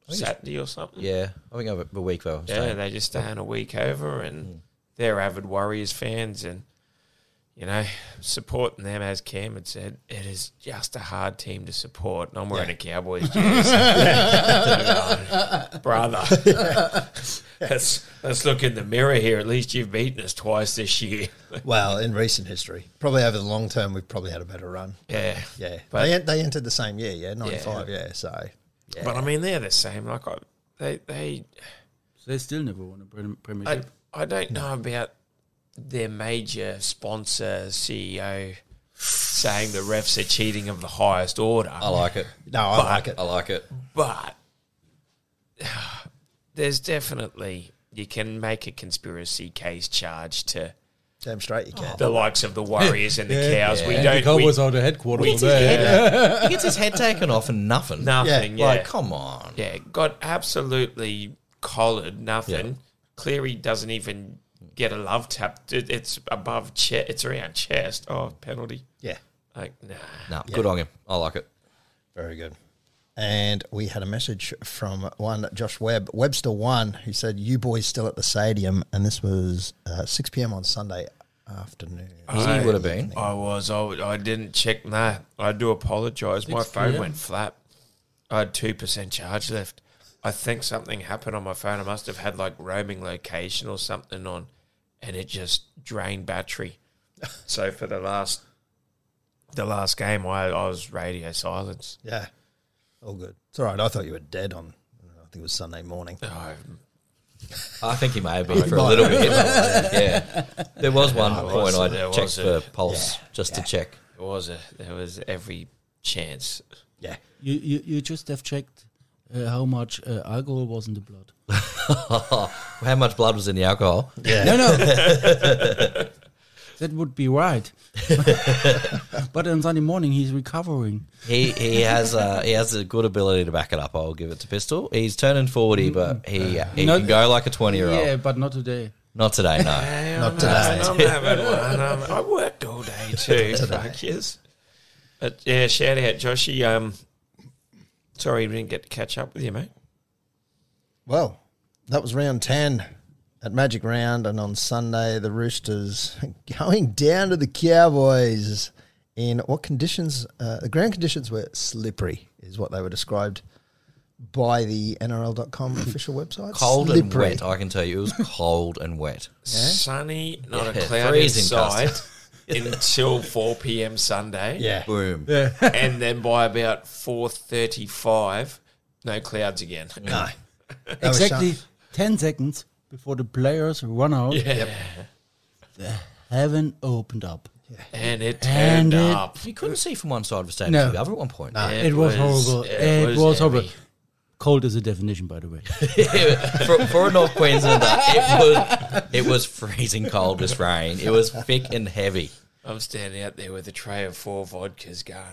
S5: Saturday or something.
S2: Yeah, I think over the week though.
S5: Yeah, they just staying a week over, and they're avid Warriors fans, and you know, supporting them as Cam had said, it is just a hard team to support. And I'm wearing a Cowboys jersey, brother. let's let's look in the mirror here. At least you've beaten us twice this year.
S3: Well, in recent history, probably over the long term, we've probably had a better run.
S5: yeah,
S3: Yeah,
S5: But-
S3: they, en- they entered the same year. Yeah, ninety five. Yeah. so
S5: But I mean, they're the same. Like I, they they
S4: They still never won a prem-
S5: I,
S4: premiership.
S5: I don't know about their major sponsor CEO saying the refs are cheating of the highest order,
S2: I like it.
S3: No, I like it.
S2: I like it.
S5: but there's definitely you can make a conspiracy case charge to
S3: Damn straight you can.
S5: the likes of the Warriors and the Cows. We
S2: Oh. Yeah.
S5: don't
S4: the
S5: we-
S4: Cowboys are the headquarters there.
S2: He gets his head taken off and nothing.
S5: nothing. Yeah,
S2: Like, come on.
S5: yeah, got absolutely collared. Nothing.
S2: Yeah.
S5: Cleary doesn't even get a love tap. It- It's above chest. It's around chest. Oh, penalty.
S3: Yeah.
S5: Like nah.
S2: No, good on him. I like it.
S3: Very good. And we had a message from one Josh Webb, Webster One, who said, "You boys still at the stadium?" And this was uh, six p.m. on Sunday afternoon.
S2: He would have been.
S5: I was. I, I didn't check. Nah, I do apologise. My
S4: Six
S5: phone
S4: PM.
S5: went flat. I had two percent charge left. I think something happened on my phone. I must have had like roaming location or something on, and it just drained battery. so for the last, the last game, I, I was radio silence.
S3: Yeah, all good. It's all right. I thought you were dead on. I think it was Sunday morning.
S5: Oh,
S2: I think he may have been for a little bit. yeah. There was one
S5: There
S2: point
S5: was-
S2: I
S5: there
S2: checked
S5: was a-
S2: for pulse just to check.
S5: it was a. There was every chance.
S3: Yeah,
S4: You, you you just have checked uh, how much uh, alcohol was in the blood.
S2: How much blood was in the alcohol?
S4: No, no. that would be right. but on Sunday morning, he's recovering.
S2: He he has uh, he has a good ability to back it up. I'll give it to Pistol. He's turning forty, but he he
S4: No,
S2: can go like a twenty year old.
S4: Yeah, but not today.
S2: Not today, no.
S5: Hey,
S3: Not
S5: I'm
S3: today.
S5: having- I'm having one. I'm, I worked all day too. Fuck yes. But yeah, shout out, Joshy. Um, sorry we didn't get to catch up with you, mate.
S3: Well, that was round 10 at Magic Round. And on Sunday, the Roosters going down to the Cowboys in what conditions? Uh, the ground conditions were slippery, is what they were described by the NRL.com official website.
S2: Cold and
S3: Slippery.
S2: wet. I can tell you, it was cold and wet.
S5: Sunny, not
S2: Yeah,
S5: a cloud
S2: freezing
S5: inside until four p.m. Sunday.
S3: Yeah.
S2: Boom.
S5: and then by about four thirty-five, no clouds again.
S3: No. That was
S4: Exactly
S3: sharp.
S4: 10 seconds before the players run out,
S5: Yeah,
S4: heaven opened up.
S5: and it
S4: And
S5: turned
S4: it-
S5: up.
S2: You couldn't see from one side of the stadium
S4: No.
S2: to the other at one point.
S5: It
S4: It, was,
S5: was-
S4: horrible.
S5: it
S4: It,
S5: was
S4: was, horrible.
S5: heavy.
S4: Cold is a definition, by the way.
S2: for, for a North Queenslander, it was it was freezing cold. This rain. It was thick and heavy.
S5: I'm standing out there with a tray of four vodkas going,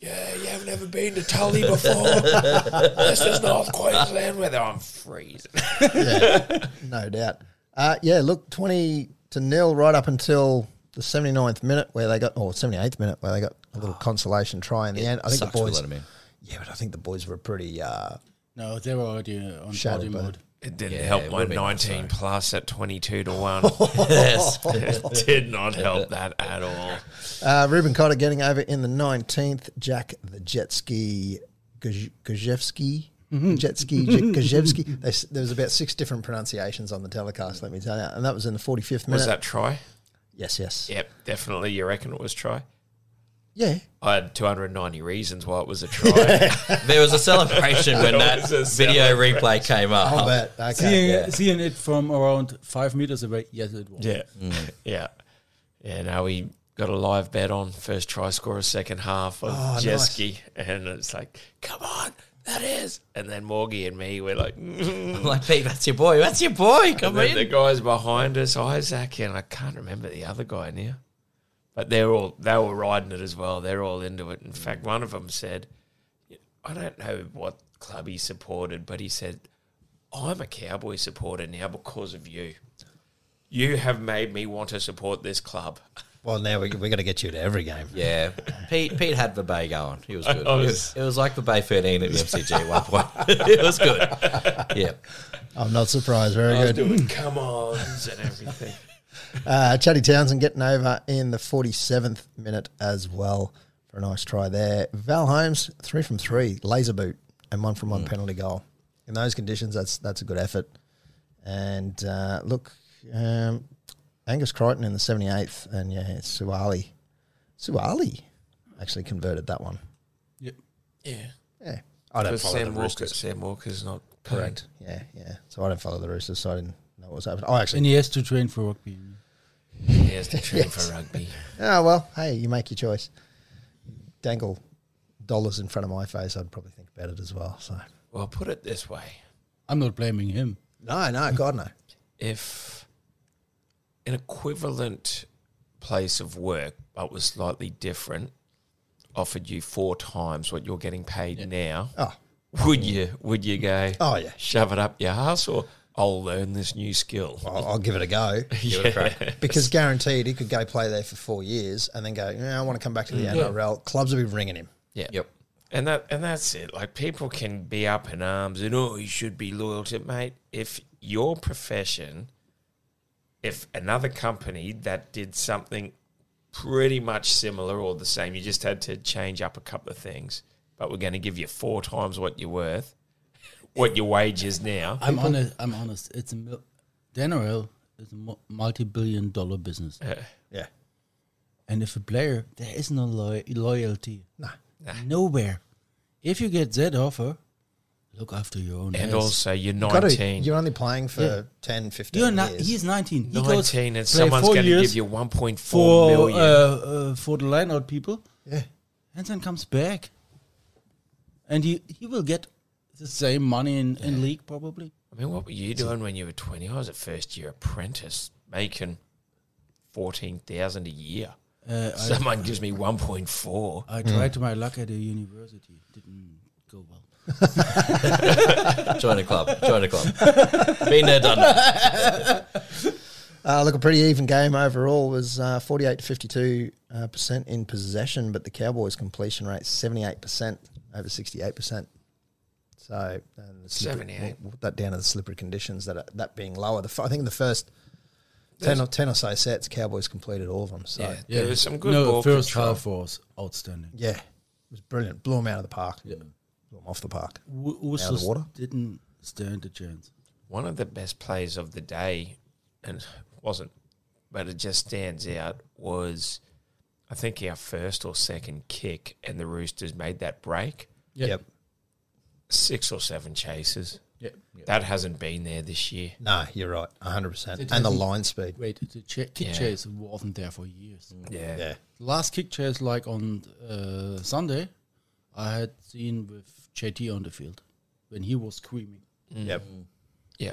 S5: Yeah, you haven't ever been to Tully before. this is North Queensland where I'm freezing.
S3: No doubt. Uh, yeah, look, 20 to nil right up until the 79th minute where they got, or 78th minute where they got a little consolation try in the end. I think the
S2: Ah. Sucks for
S3: boys,
S2: letting him in.
S3: yeah, but I think the boys were pretty, uh,
S4: No, they were already uh, on
S3: Shattered
S4: party
S3: by
S4: mode.
S5: It didn't
S2: Yeah,
S5: help
S2: it
S5: my
S2: would've been nice,
S5: 19 plus at 22 to 1.
S2: Yes.
S5: it did not help that at all.
S3: Uh, Ruben Cotter getting over in the 19th. Jack the jet ski Gaj- Gajewski. Jet ski J- Gajewski. They s- There was about six different pronunciations on the telecast, let me tell you. And that was in the 45th minute.
S5: Was that try?
S3: Yes, yes. Yeah.
S5: Yep, definitely. You reckon it was try? I had 290 reasons why it was a try.
S2: There was a celebration when that
S5: There was a
S2: video replay came up.
S3: I'll bet. Okay.
S4: Seeing, seeing it from around five meters away, yes, it was.
S5: yeah.
S3: Mm.
S5: Yeah. Yeah, no, we got a live bet on first try scorer, second half of
S3: Oh,
S5: Jeski,
S3: nice.
S5: And it's like, come on, that is. And then Morgie and me, we're like,
S2: I'm like, Pete, that's your boy. That's your boy. Come
S5: And then the
S2: in.
S5: guys behind us, Isaac, and I can't remember the other guy now, but they're all they were riding it as well. They're all into it. In fact, one of them said, "I don't know what club he supported, but he said I'm a Cowboy supporter now because of you. You have made me want to support this club."
S3: Well, now we, we're going to get you to every game.
S2: Yeah, Pete. Pete had the bay going. He was good.
S5: I
S2: It
S5: was-
S2: was- it was like the bay thirteen at the MCG at one point. it was good. Yeah.
S3: I'm not surprised. Very
S5: I was
S3: good.
S5: doing come ons and everything.
S3: Uh, Chatty Townsend getting over in the 47th minute as well for a nice try there. Val Holmes, three from three, laser boot, and one
S5: Mm.
S3: from one penalty goal. In those conditions, that's that's a good effort. And uh, look, um, Angus Crichton in the 78th, and yeah, Suwali. Suwali actually converted that one.
S4: Yeah.
S5: Yeah,
S3: Yeah. I don't
S5: because
S3: follow the
S5: Sam Walker,
S3: Roosters.
S5: Sam Walker's not
S3: Correct. Yeah, yeah. So I don't follow the Roosters, so I didn't know what was happening. Oh, actually,
S4: And he has to train for rugby.
S5: He has to train for rugby.
S3: Oh well, hey, you make your choice. Dangle dollars in front of my face, I'd probably think about it as well. So
S5: Well, put it this way:
S4: I'm not blaming him.
S3: no, no, God no.
S5: if an equivalent place of work but was slightly different offered you four times what you're getting paid now,
S3: Oh,
S5: would you? Would you go?
S3: oh yeah,
S5: shove it up your ass, or I'll learn this new skill.
S3: I'll, I'll give it a go. Give it a crack. Because guaranteed, he could go play there for four years and then go. Yeah, I want to come back to
S4: Mm.
S3: the NRL. Clubs will be ringing him.
S5: Yeah. And that and that's it. Like people can be up in arms and oh, you should be loyal to mate. If your profession, if another company that did something pretty much similar or the same, you just had to change up a couple of things, but we're going to give you four times what you're worth, what your wage is now.
S4: I'm honest. I'm honest. It's a mil- the NRL is a mu- multi-billion-dollar business,
S3: Yeah,
S4: and if a player, there is no loy- loyalty.
S3: no,
S4: Nowhere. If you get that offer, look after your own.
S5: And
S4: ass.
S5: also, you're
S3: Gotta,
S5: 19.
S3: you're only playing for 10, 15
S4: you're
S3: years.
S4: not. He's 19. He goes
S5: 19 and
S4: play
S5: someone's
S4: four
S5: going to
S4: years
S5: give you 1.4
S4: for
S5: million.
S4: uh, uh, for the line out people,
S3: yeah,
S4: and then comes back, and he he will get the same money in, in league probably.
S5: I mean, what were you doing when you were 20? I was a first year apprentice making 14,000 a year.
S4: Uh, I- Uh,
S5: Someone gives me 1.4.
S4: I
S3: Mm.
S4: tried my luck at a university. Didn't go well.
S2: Join a club. Join a club. Been there, done. that.
S3: Uh, look, a pretty even game overall was uh, 48 to 52 uh, percent in possession, but the Cowboys' completion rate 78 percent over 68 percent. So and the slippery-
S5: 78.
S3: We'll, we'll put that down to the slippery conditions that are, that being lower. The, f- I think the first 10 or, 10 or so sets, Cowboys completed all of them. So
S5: Yeah,
S3: yeah,
S5: there was some good
S4: No,
S5: ball
S4: first
S5: control.
S4: half was outstanding.
S3: it was brilliant. Blew them out of the park. Blew them off the park. Out
S4: W-
S3: of the
S4: Usos
S3: water?
S4: didn't stand a chance.
S5: One of the best plays of the day, and it wasn't, but it just stands out, was I think our first or second kick, and the Roosters made that break.
S3: Yep.
S5: Six or seven chases.
S4: Yep.
S5: That hasn't been there this year.
S3: No, you're right. 100%.
S4: It
S3: And the
S4: hasn't-
S3: line speed.
S4: Wait, the cha- kick
S5: Yeah.
S4: chase wasn't there for years.
S5: Yeah.
S3: Yeah.
S4: Last kick chase, like on uh, Sunday, I had seen with JT on the field when he was screaming.
S2: Mm.
S3: Yep.
S5: Yeah.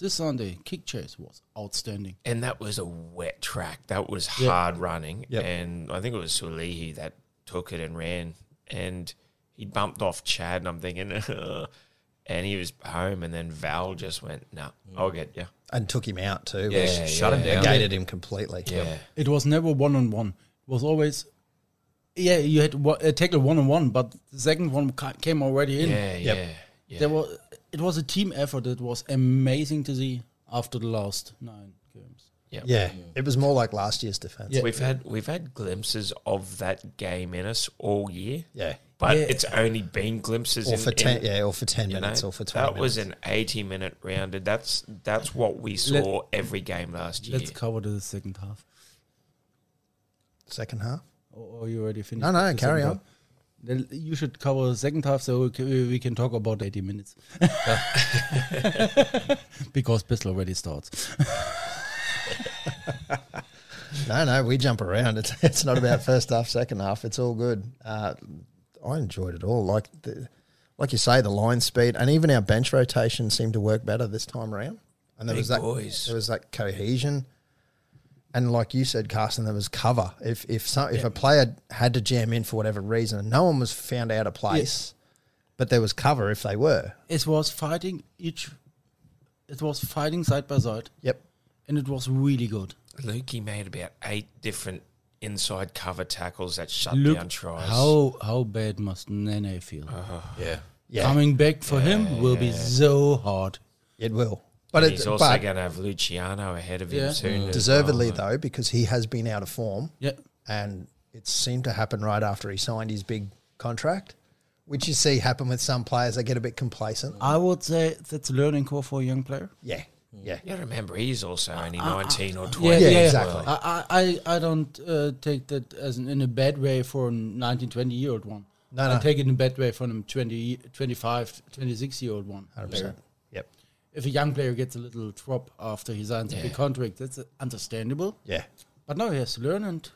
S4: This Sunday, kick chase was outstanding.
S5: and that was a wet track. That was hard running,
S3: Yep.
S5: and I think it was Sulihi that took it and ran, and he bumped off Chad, and I'm thinking, and he was home, and then Val just went, "No,
S3: Mm.
S5: I'll get you."
S3: And took him out too.
S2: Yeah,
S3: which
S2: shut him down.
S3: Gated him completely.
S5: Yeah,
S4: It was never one on one. It was always, yeah, you had wa- a tackle one on one, but the second one ca- came already in.
S5: yeah, yeah, yeah.
S4: There was it was a team effort that was amazing to see after the last nine games.
S3: Yeah, it was more like last year's defense.
S4: Yeah.
S5: We've had we've had glimpses of that game in us all year,
S3: yeah.
S5: but
S4: Yeah.
S5: it's only been glimpses.
S3: Or
S5: in,
S3: for
S5: in-
S3: ten, yeah, or for ten
S5: you know,
S3: minutes, or for
S5: that
S3: twenty.
S5: was
S3: minutes.
S5: an eighty-minute rounded. That's that's what we saw every game last year.
S4: Let's cover the second half.
S3: second half.
S4: Or, or you already finished?
S3: No, no,
S4: with the
S3: carry
S4: second
S3: on.
S4: half? Then you should cover the second half so we can, we can talk about 80 minutes. because Pistol already starts.
S3: No, no, we jump around. It's it's not about first half, second half. It's all good. Uh, I enjoyed it all. Like the, like you say, the line speed and even our bench rotation seemed to work better this time around. And there
S5: Big
S3: was that
S5: boys.
S3: there was that cohesion. And like you said, Carson, there was cover. If if some, if a player had to jam in for whatever reason, and no one was found out of place, but there was cover if they were.
S4: It was fighting each. It was fighting side by side,
S3: Yep.
S4: and it was really good.
S5: Lukey made about eight different inside cover tackles that shut down tries.
S4: how how bad must Nene feel?
S2: Yeah.
S3: Uh-huh. Yeah.
S4: Coming back for him will be so hard.
S3: It will. But
S5: And he's
S3: it's
S5: also
S3: but Mm.
S5: going to have Luciano ahead of
S4: Yeah.
S5: him soon. as
S3: deservedly
S5: well.
S3: though, because he has been out of form,
S4: Yeah,
S3: and it seemed to happen right after he signed his big contract, which you see happen with some players. They get a bit complacent.
S4: I would say that's a learning curve for a young player.
S3: Yeah, yeah,
S5: You gotta remember, he's also only 19 or 20.
S4: Uh, Yeah, yeah, yeah.
S3: exactly.
S4: I, I, I- I don't uh, take that as an, in a bad way for a 19, 20 year old one.
S3: No,
S4: I
S3: no.
S4: take it in a bad way from a 20, 25, 26 year old one.
S3: 100%. Yep.
S4: If a young player gets a little drop after he signs a big contract, that's uh, understandable.
S3: Yeah.
S4: But now he has to learn and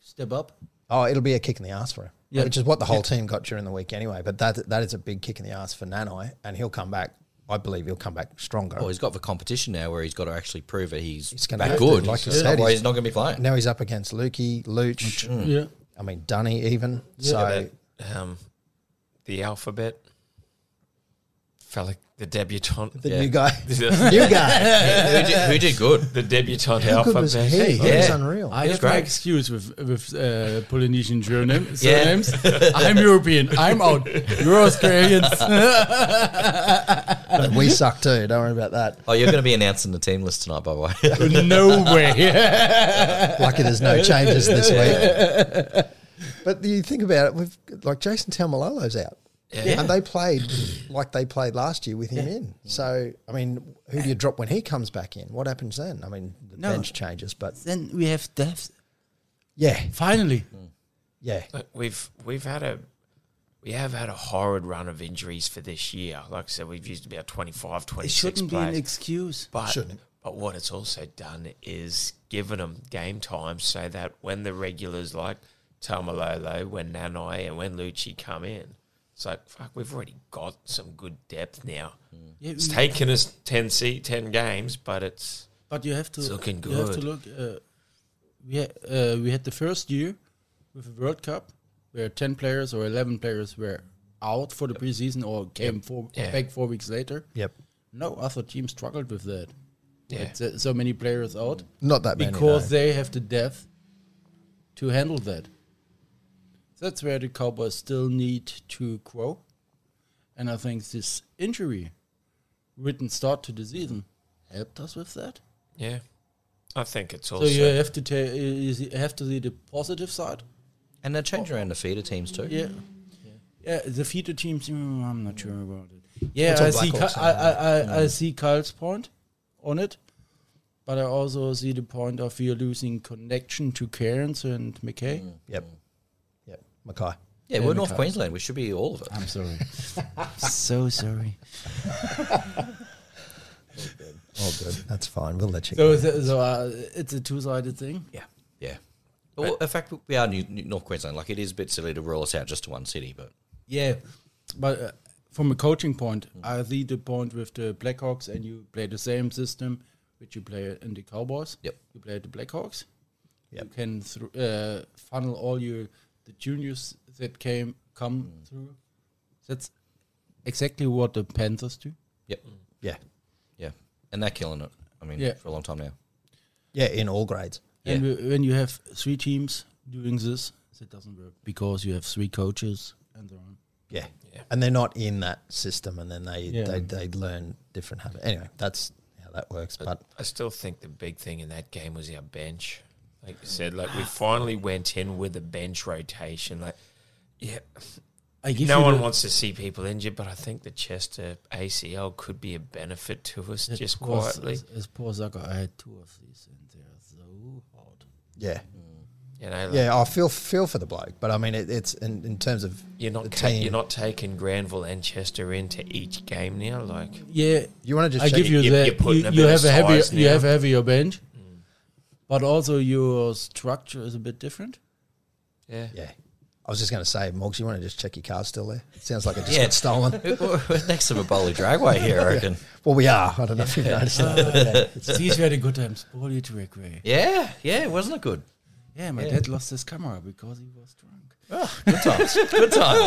S4: step up.
S3: Oh, it'll be a kick in the ass for him,
S4: Yeah.
S3: which is what the whole team got during the week anyway. But that that is a big kick in the ass for Nanai, and he'll come back. I believe he'll come back stronger.
S4: Oh,
S2: Well, he's got the competition now where he's got to actually prove that he's,
S3: gonna
S2: that
S3: have to,
S2: good.
S3: like you
S2: Otherwise,
S3: said, he's-
S2: he's not going to be playing.
S3: now he's up against Lukey, Luch,
S4: Yeah.
S3: I mean Dunny even. So
S5: Um, the alphabet fella, the debutant,
S3: the
S2: Yeah.
S3: new guy,
S5: the,
S3: new guy,
S2: who, did, who did good?
S5: the debutant
S3: how good was
S5: alphabet.
S3: he? He was
S2: Yeah.
S3: unreal.
S4: I
S2: It's
S4: have my
S2: great.
S4: excuse with with uh, Polynesian surname, surnames. I'm European. I'm out. You're Australians.
S3: But we suck too. Don't worry about that.
S2: Oh, you're going to be announcing the team list tonight, by the way.
S4: no way.
S3: Lucky there's no changes this week. But you think about it, we've like Jason Tamalolo's out.
S5: Yeah.
S3: And they played like they played last year with him in. So, I mean, who do you drop when he comes back in? What happens then? I mean, the
S4: No.
S3: bench changes, but
S4: then we have depth.
S3: yeah,
S4: Finally,
S3: yeah.
S5: Look, we've we've had a we have had a horrid run of injuries for this year. Like I said, we've used about 25,
S4: it
S5: 26
S4: shouldn't be an
S5: players.
S4: excuse.
S5: But
S3: Shouldn't.
S5: but what it's also done is given them game time so that when the regulars like Tamalolo, when Nanai, and when Lucci come in, it's like fuck, we've already got some good depth now.
S4: Yeah,
S5: It's taken us 10, se- 10 games, but it's
S4: But you have to
S5: It's looking
S4: You have to
S5: good.
S4: look. Uh, we ha- uh, we had the first year with the World Cup where ten players or eleven players were out for the preseason or came four
S5: Yeah.
S4: back four weeks later.
S3: Yep.
S4: No other team struggled with that.
S5: Yeah.
S4: Had uh, so- so many players out
S3: Not that many.
S4: because
S3: no.
S4: they have the depth to handle that. That's where the Cowboys still need to grow, and I think this injury, written start to the season, helped us with that.
S5: yeah. I think it's
S4: So
S5: also
S4: you have to ta- you see- have to see the positive side.
S2: and they're changing around the feeder teams too.
S4: Yeah. Yeah, the feeder teams. mm, I'm not sure about it. Yeah,
S3: It's all
S4: I see.
S3: Blackhawks,
S4: Ki- I, I, I, I see Kyle's point on it, but I also see the point of you're losing connection to Cairns and McKay.
S3: Yep. Yep. Mackay.
S2: Yeah, we're North Queensland. We should be all of it.
S4: I'm sorry. so sorry.
S3: Oh, good. That's fine. We'll let you
S4: So,
S3: go.
S4: is it- so uh, it's a two-sided thing.
S2: Yeah, yeah. But well, in fact, we are New, New- North Queensland. Like it is a bit silly to rule us out just to one city, but
S4: Yeah, but uh, from a coaching point, I see the point with the Blackhawks, and you play the same system which you play in the Cowboys.
S2: Yep.
S4: You play the Blackhawks.
S3: Yep.
S4: You can thr uh, funnel all your the juniors that came come through. That's exactly what the Panthers do.
S2: yep,
S3: Yeah.
S2: yeah. And they're killing it. I mean,
S4: Yeah.
S2: for a long time now.
S3: Yeah, in all grades.
S4: And w- when you have three teams doing this, that doesn't work because you have three coaches and so on.
S3: Yeah. And they're not in that system and then they
S4: Yeah.
S3: they, they learn different habits. Anyway, that's how that works. But
S5: I still think the big thing in that game was our bench. Like you said, like we finally went in with a bench rotation. Like, yeah,
S4: I give
S5: no
S4: you
S5: one
S4: the-
S5: wants to see people injured, but I think the Chester ACL could be a benefit to us
S4: That
S5: just
S4: poor s-
S5: quietly.
S4: As, as poor Zucker, I had two of these, and they are so hard.
S3: yeah.
S5: You know, like
S3: Yeah, I feel feel for the bloke, but I mean, it, it's in, in terms of
S5: you're
S3: the
S5: not ta-
S3: team.
S5: you're not taking Granville and Chester into each game now. Like,
S4: Yeah,
S3: you want to just
S4: I
S3: check
S4: give you
S5: you-
S4: that.
S5: you're putting
S4: You,
S5: a
S4: you
S5: bit
S4: have
S5: of
S4: a heavier,
S5: size
S4: you
S5: now. Mm.
S4: have a heavier bench, but also your structure is a bit different.
S5: yeah,
S3: Yeah. I was just going to say, Morgs, you want to just check your car's still there? It sounds like it just
S2: Yeah.
S3: got stolen.
S2: we're next to the Bowley Dragway here, I reckon.
S3: Well, we are. I don't know if you've noticed that. Yeah.
S4: These were the good times. Poorly trick way.
S2: Yeah, yeah. Wasn't it good?
S4: Yeah, my dad lost his camera because he was drunk.
S2: Good times. good times.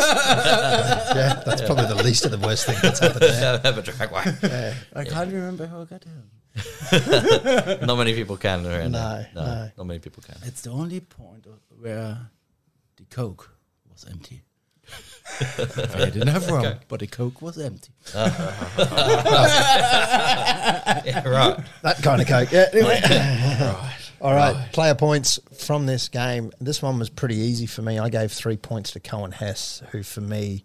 S3: Yeah, that's probably the least of the worst thing that's happened there.
S2: Have a Dragway.
S4: I can't remember how I got him.
S2: Not many people can around.
S3: No,
S2: here.
S3: no.
S2: not many people can.
S4: It's the only point of- where the coke was empty. I didn't have rum, but the coke was empty.
S2: Yeah, right.
S3: That kind of coke. Yeah, anyway. All right. Player points from this game. This one was pretty easy for me. I gave three points to Cohen Hess, who for me,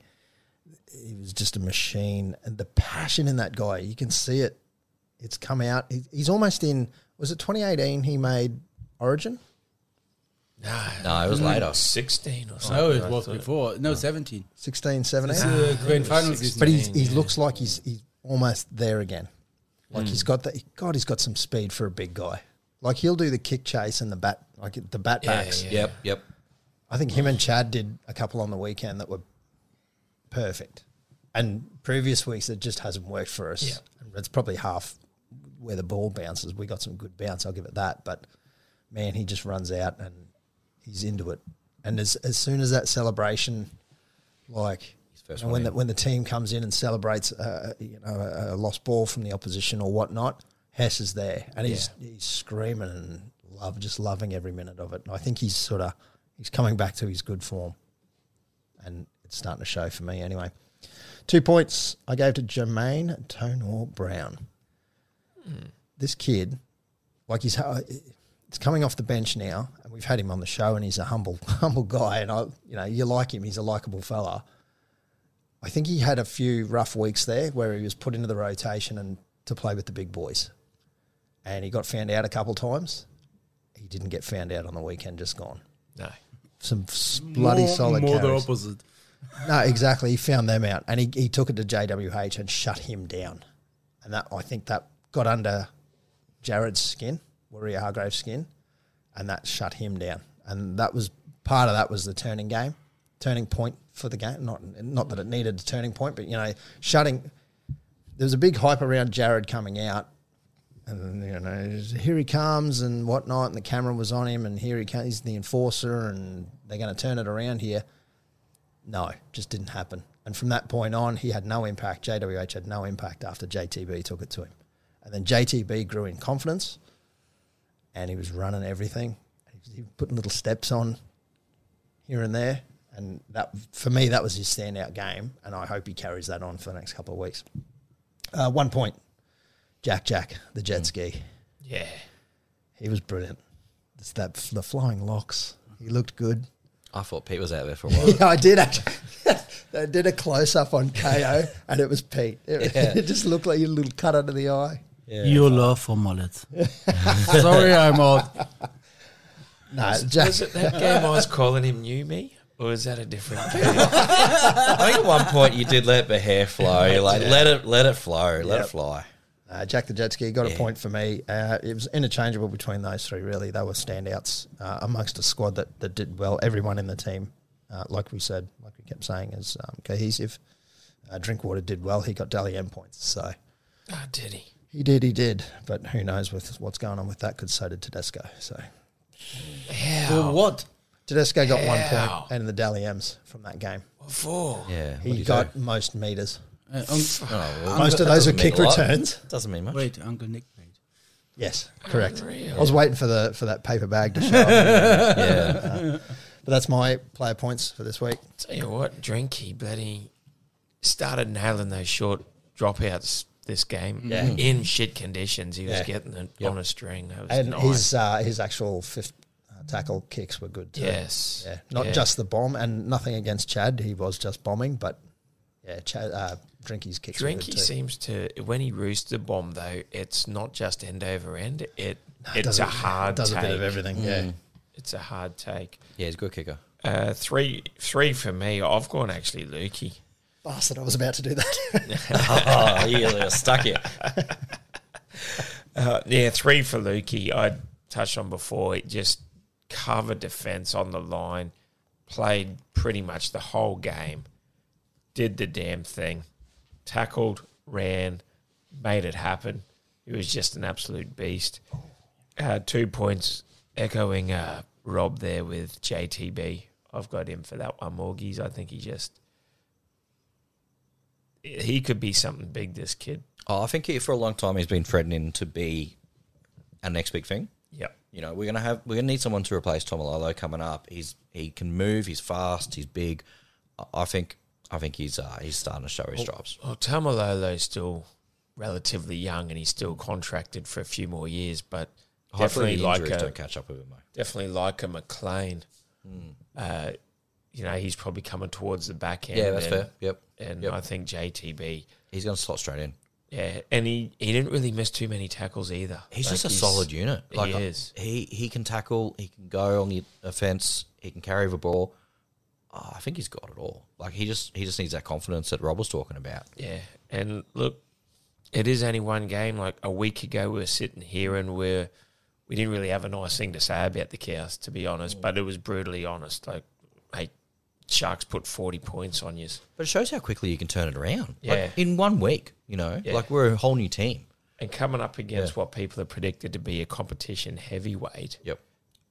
S3: he was just a machine. And the passion in that guy, you can see it. It's come out. He- He's almost in, was it 2018 he made Origin?
S2: No, it was later.
S3: Mm.
S5: 16
S3: Oh,
S5: or something.
S4: No, Oh, it
S5: Oh, I
S4: was
S5: thought.
S4: before. No, 17.
S3: 16, 17.
S4: It's the grand finals. this
S3: But
S4: year.
S3: he's, he looks like he's, he's almost there again. Like he's got the God, he's got some speed for a big guy. Like he'll do the kick chase and the bat, like the bat backs.
S2: Yep, yep.
S3: I think him and Chad did a couple on the weekend that were perfect. And previous weeks it just hasn't worked for us. And It's probably half where the ball bounces. We got some good bounce, I'll give it that. But man, he just runs out and he's into it. And as as soon as that celebration, like
S2: first
S3: and
S2: one
S3: when the
S2: in.
S3: when the team comes in and celebrates, uh, you know, a, a lost ball from the opposition or whatnot, Hess is there and he's he's screaming and love, just loving every minute of it. And I think he's sort of he's coming back to his good form, and it's starting to show for me anyway. Two points I gave to Jermaine Tonor Brown. This kid, like he's hu- it's coming off the bench now, and we've had him on the show, and he's a humble humble guy, and I you know you like him, he's a likable fella. I think he had a few rough weeks there where he was put into the rotation and to play with the big boys, and he got found out a couple times. He didn't get found out on the weekend, just gone.
S5: No.
S3: Some s- bloody
S4: more,
S3: solid
S4: More the
S3: carries.
S4: opposite.
S3: No, exactly. He found them out, and he, he took it to JWH and shut him down, and that I think that got under Jared's skin, Warrior Hargrave's skin, and that shut him down. And that was part of that was the turning game, turning point for the game. Not not that it needed a turning point, but you know, shutting. There was a big hype around Jared coming out, and you know, here he comes and whatnot, and the camera was on him, and here he comes, he's the enforcer, and they're going to turn it around here. No, just didn't happen. And from that point on, he had no impact. JWH had no impact after JTB took it to him. And then JTB grew in confidence and he was running everything. He was- He was putting little steps on here and there. And that, for me, that was his standout game. And I hope he carries that on for the next couple of weeks. Uh, one point Jack Jack, the jet ski.
S5: Yeah.
S3: He was brilliant. It's that, the flying locks. He looked good.
S2: I thought Pete was out there for a while.
S3: Yeah, I did actually. they did a close up on KO, and it was Pete. It,
S2: Yeah.
S3: it just looked like a little cut under the eye.
S4: Your love for mullet. Sorry, I'm out.
S3: No, Jack.
S5: Was it that game I was calling him New Me? Or is that a different game?
S2: I think at one point you did let the hair flow. You're like, let it, let it flow, let it fly.
S3: Uh, Jack the Jet Ski got a point for me. Uh, it was interchangeable between those three, really. They were standouts uh, amongst a squad that, that did well. Everyone in the team, uh, like we said, like we kept saying, is um, cohesive. Uh, Drinkwater did well. He got Dally M points. So
S5: oh, did he?
S3: he did, he did. But who knows with what's going on with that because so did Tedesco. So
S4: For what?
S3: Tedesco got one
S5: How?
S3: point and the Dally M's from that game.
S5: What for?
S2: Yeah.
S3: He got most meters.
S4: Uh, un-
S3: Most of those are kick returns.
S2: Doesn't mean much.
S4: wait, Uncle Nick played.
S3: Yes, correct. I was waiting for the for that paper bag to show up.
S2: Yeah.
S3: But that's my player points for this week.
S5: Tell you what, Drinky bloody started nailing those short dropouts this game in shit conditions. He was
S3: Yeah.
S5: getting it on a string. That was
S3: And
S5: nice.
S3: his uh, his actual fifth uh, tackle kicks were good too.
S5: yes,
S3: Yeah, not
S5: Yeah.
S3: just the bomb and nothing against Chad. He was just bombing, but yeah, Chad uh, Drinky's kicks were good
S5: Drinky
S3: too.
S5: seems to when he roosts the bomb though, it's not just end over end. It it's
S3: Does
S5: a hard
S3: does
S5: take.
S3: a bit of everything. Yeah,
S5: It's a hard take.
S2: Yeah, he's a good kicker.
S5: Uh, three three for me. I've gone actually Lukey.
S3: bastard! I was about to do that.
S2: Oh, yeah, stuck it.
S5: Uh, yeah, three for Lukey. I touched on before. It just covered defense on the line, played pretty much the whole game, did the damn thing, tackled, ran, made it happen. He was just an absolute beast. Uh, two points, echoing uh, Rob there with JTB. I've got him for that one, Morgies. I think he just he could be something big. This kid.
S2: Oh, I think he, for a long time he's been threatening to be our next big thing.
S5: Yep.
S2: You know, we're gonna have we're gonna need someone to replace Tomalolo coming up. He's he can move. He's fast. He's big. I- I think I think he's uh, he's starting to show his stripes.
S5: Well, Tamalolo's still relatively young and he's still contracted for a few more years, but
S2: Hopefully,
S5: definitely
S2: the
S5: like
S2: injuries
S5: a
S2: don't Hmm. catch up with him. Though.
S5: definitely like a McLean. Uh, you know, he's probably coming towards the back end.
S2: Yeah, that's
S5: and,
S2: fair. Yep.
S5: And
S2: Yep.
S5: I think JTB
S2: He's gonna slot straight in.
S5: Yeah, and he, he didn't really miss too many tackles either.
S2: He's
S5: Like,
S2: just a solid unit.
S5: he
S2: Like uh,
S5: is.
S2: he he can tackle. He can go on the offense. He can carry the ball. Oh, I think he's got it all. Like he just he just needs that confidence that Rob was talking about.
S5: Yeah, and look, it is only one game. Like a week ago, we were sitting here and we're we didn't really have a nice thing to say about the cows, to be honest. But it was brutally honest. Like, hey, sharks put forty points on you.
S2: But it shows how quickly you can turn it around. Like,
S5: Yeah.
S2: in one week, you know,
S5: Yeah.
S2: like we're a whole new team.
S5: and coming up against what people have predicted to be a competition heavyweight.
S2: Yep.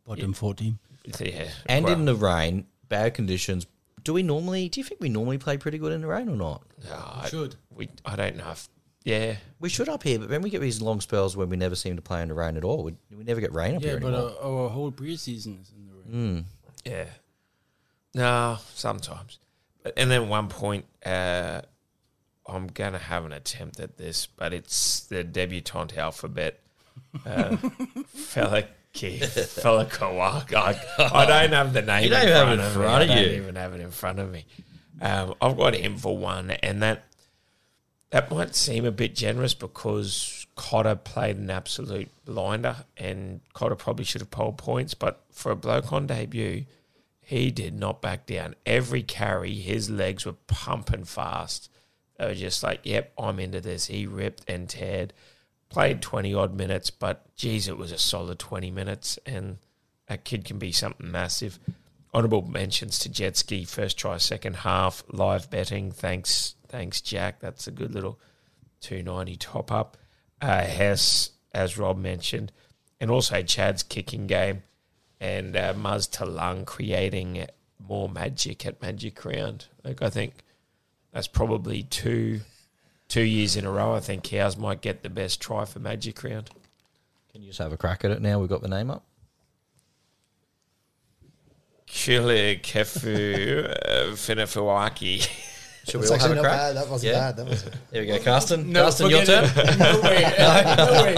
S4: Bottom 14.
S5: Yeah,
S2: And
S5: well,
S2: in the rain, bad conditions. Do we normally? Do you think we normally play pretty good in the rain or not?
S5: I,
S4: Should.
S5: we, I don't know. If, yeah,
S2: We should up here, but then we get these long spells where we never seem to play in the rain at all. We, we never get rain up
S4: Yeah,
S2: here
S4: but
S2: anymore. Mm.
S4: uh, our whole preseason is in the rain.
S5: yeah. No, sometimes. But, and then one point, uh, I'm gonna have an attempt at this, but it's the debutante alphabet, uh, fella. Ki- Fella Kowak. I, I don't have the name.
S2: You don't
S5: in
S2: have it
S5: front
S2: in
S5: of
S2: front
S5: me.
S2: of
S5: I
S2: you.
S5: don't even have it in front of me. Um, I've got him for one, and that That might seem a bit generous because Cotter played an absolute blinder and Cotter probably should have polled points, but for a bloke on debut, he did not back down. Every carry, his legs were pumping fast. They were just like, yep, I'm into this. He ripped and teared. Played 20 odd minutes, but geez, it was a solid 20 minutes. And a kid can be something massive. Honourable mentions to jet ski, first try, second half, live betting. Thanks, thanks, Jack. That's a good little 290 top up. Uh, Hess, as Rob mentioned, and also Chad's kicking game and uh, Muzz to Lung creating more magic at Magic Round. Like, I think that's probably two two years in a row. I think Cows might get the best try for Magic Round.
S2: Can you just have a crack at it now? We've got the name up.
S5: Killer Kefu uh, Finafuaki.
S2: Should we all have
S3: It's actually
S2: a
S3: not
S2: crack?
S3: bad. That wasn't
S2: Yeah.
S3: bad. That was
S2: There we go, Carsten. Carsten, your turn.
S4: No way. no way.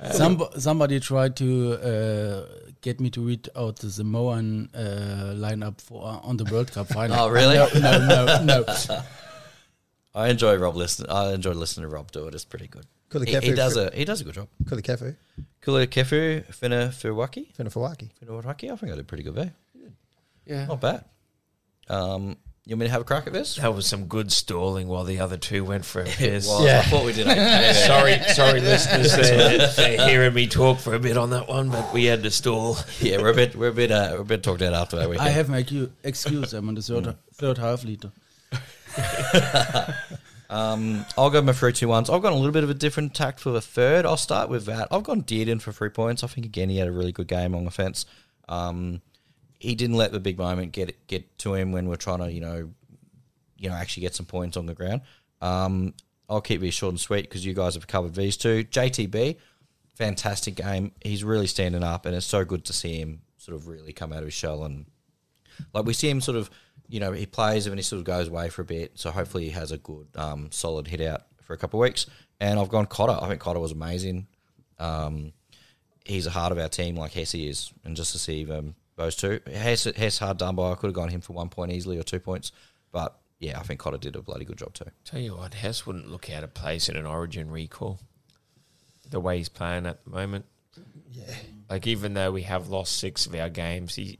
S4: Uh, Some, somebody tried to uh, get me to read out the Samoan uh, lineup for on the World Cup final.
S2: Oh, really?
S4: No, no, no.
S2: I enjoy Rob listen. I enjoy listening to Rob do it. It's pretty good.
S3: Could the
S2: he, he
S3: Kefu-
S2: does a he does a good job.
S3: Kula Kefu,
S2: Kula Kefu Fina Fuwaki.
S3: Finafawaki.
S2: Fina Fuwaki. I think I did pretty good there.
S4: Yeah.
S2: Not bad. Um, you want me to have a crack at this?
S5: That was some good stalling while the other two went for a piss.
S2: Well, I
S3: Yeah.
S2: thought we did. eh? Okay.
S5: sorry, sorry, listeners, they're, they're hearing me talk for a bit on that one, but we had to stall.
S2: yeah, we're a bit we're a bit uh, we're a bit talked out after that
S4: I
S2: weekend.
S4: have my cu- excuse. I'm on the
S2: Mm.
S4: third, third half liter.
S2: I'll go my three two ones. I've gone a little bit of a different tact for the third. I'll start with that. I've gone Dearden for three points. I think again he had a really good game on the fence. Um, he didn't let the big moment get get to him when we're trying to you know, you know actually get some points on the ground. Um, I'll keep these short and sweet because you guys have covered these two. JTB, fantastic game. He's really standing up, and it's so good to see him sort of really come out of his shell and like we see him sort of, you know, he plays and then he sort of goes away for a bit. So hopefully he has a good, um, solid hit out for a couple of weeks. And I've gone Cotter. I think Cotter was amazing. Um, he's a heart of our team, like Hesse is. And just to see um, those two, Hess, Hess hard done by. I could have gone him for one point easily or two points, but yeah, I think Cotter did a bloody good job too.
S5: Tell you what, Hess wouldn't look out of place in an Origin recall. The way he's playing at the moment,
S3: Yeah.
S5: like even though we have lost six of our games, he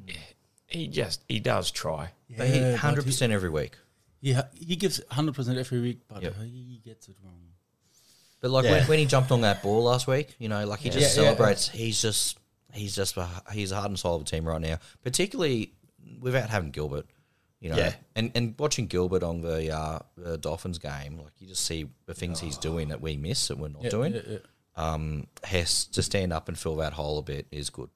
S5: he just he does try.
S2: but he
S4: Yeah, but
S2: hundred percent every week.
S4: He, ha- he gives 100% every week, but uh,
S2: Yep.
S4: he gets it wrong.
S2: But like when,
S3: Yeah.
S2: when he jumped on that ball last week, you know, like he just
S3: Yeah, yeah.
S2: celebrates. He's just he's just a- he's a heart and soul of the team right now, particularly without having Gilbert. You know,
S3: Yeah.
S2: and and watching Gilbert on the uh, the Dolphins game, like you just see the things he's doing that we miss that we're not doing.
S4: Yeah, yeah.
S2: Um, Hess to stand up and fill that hole a bit is good.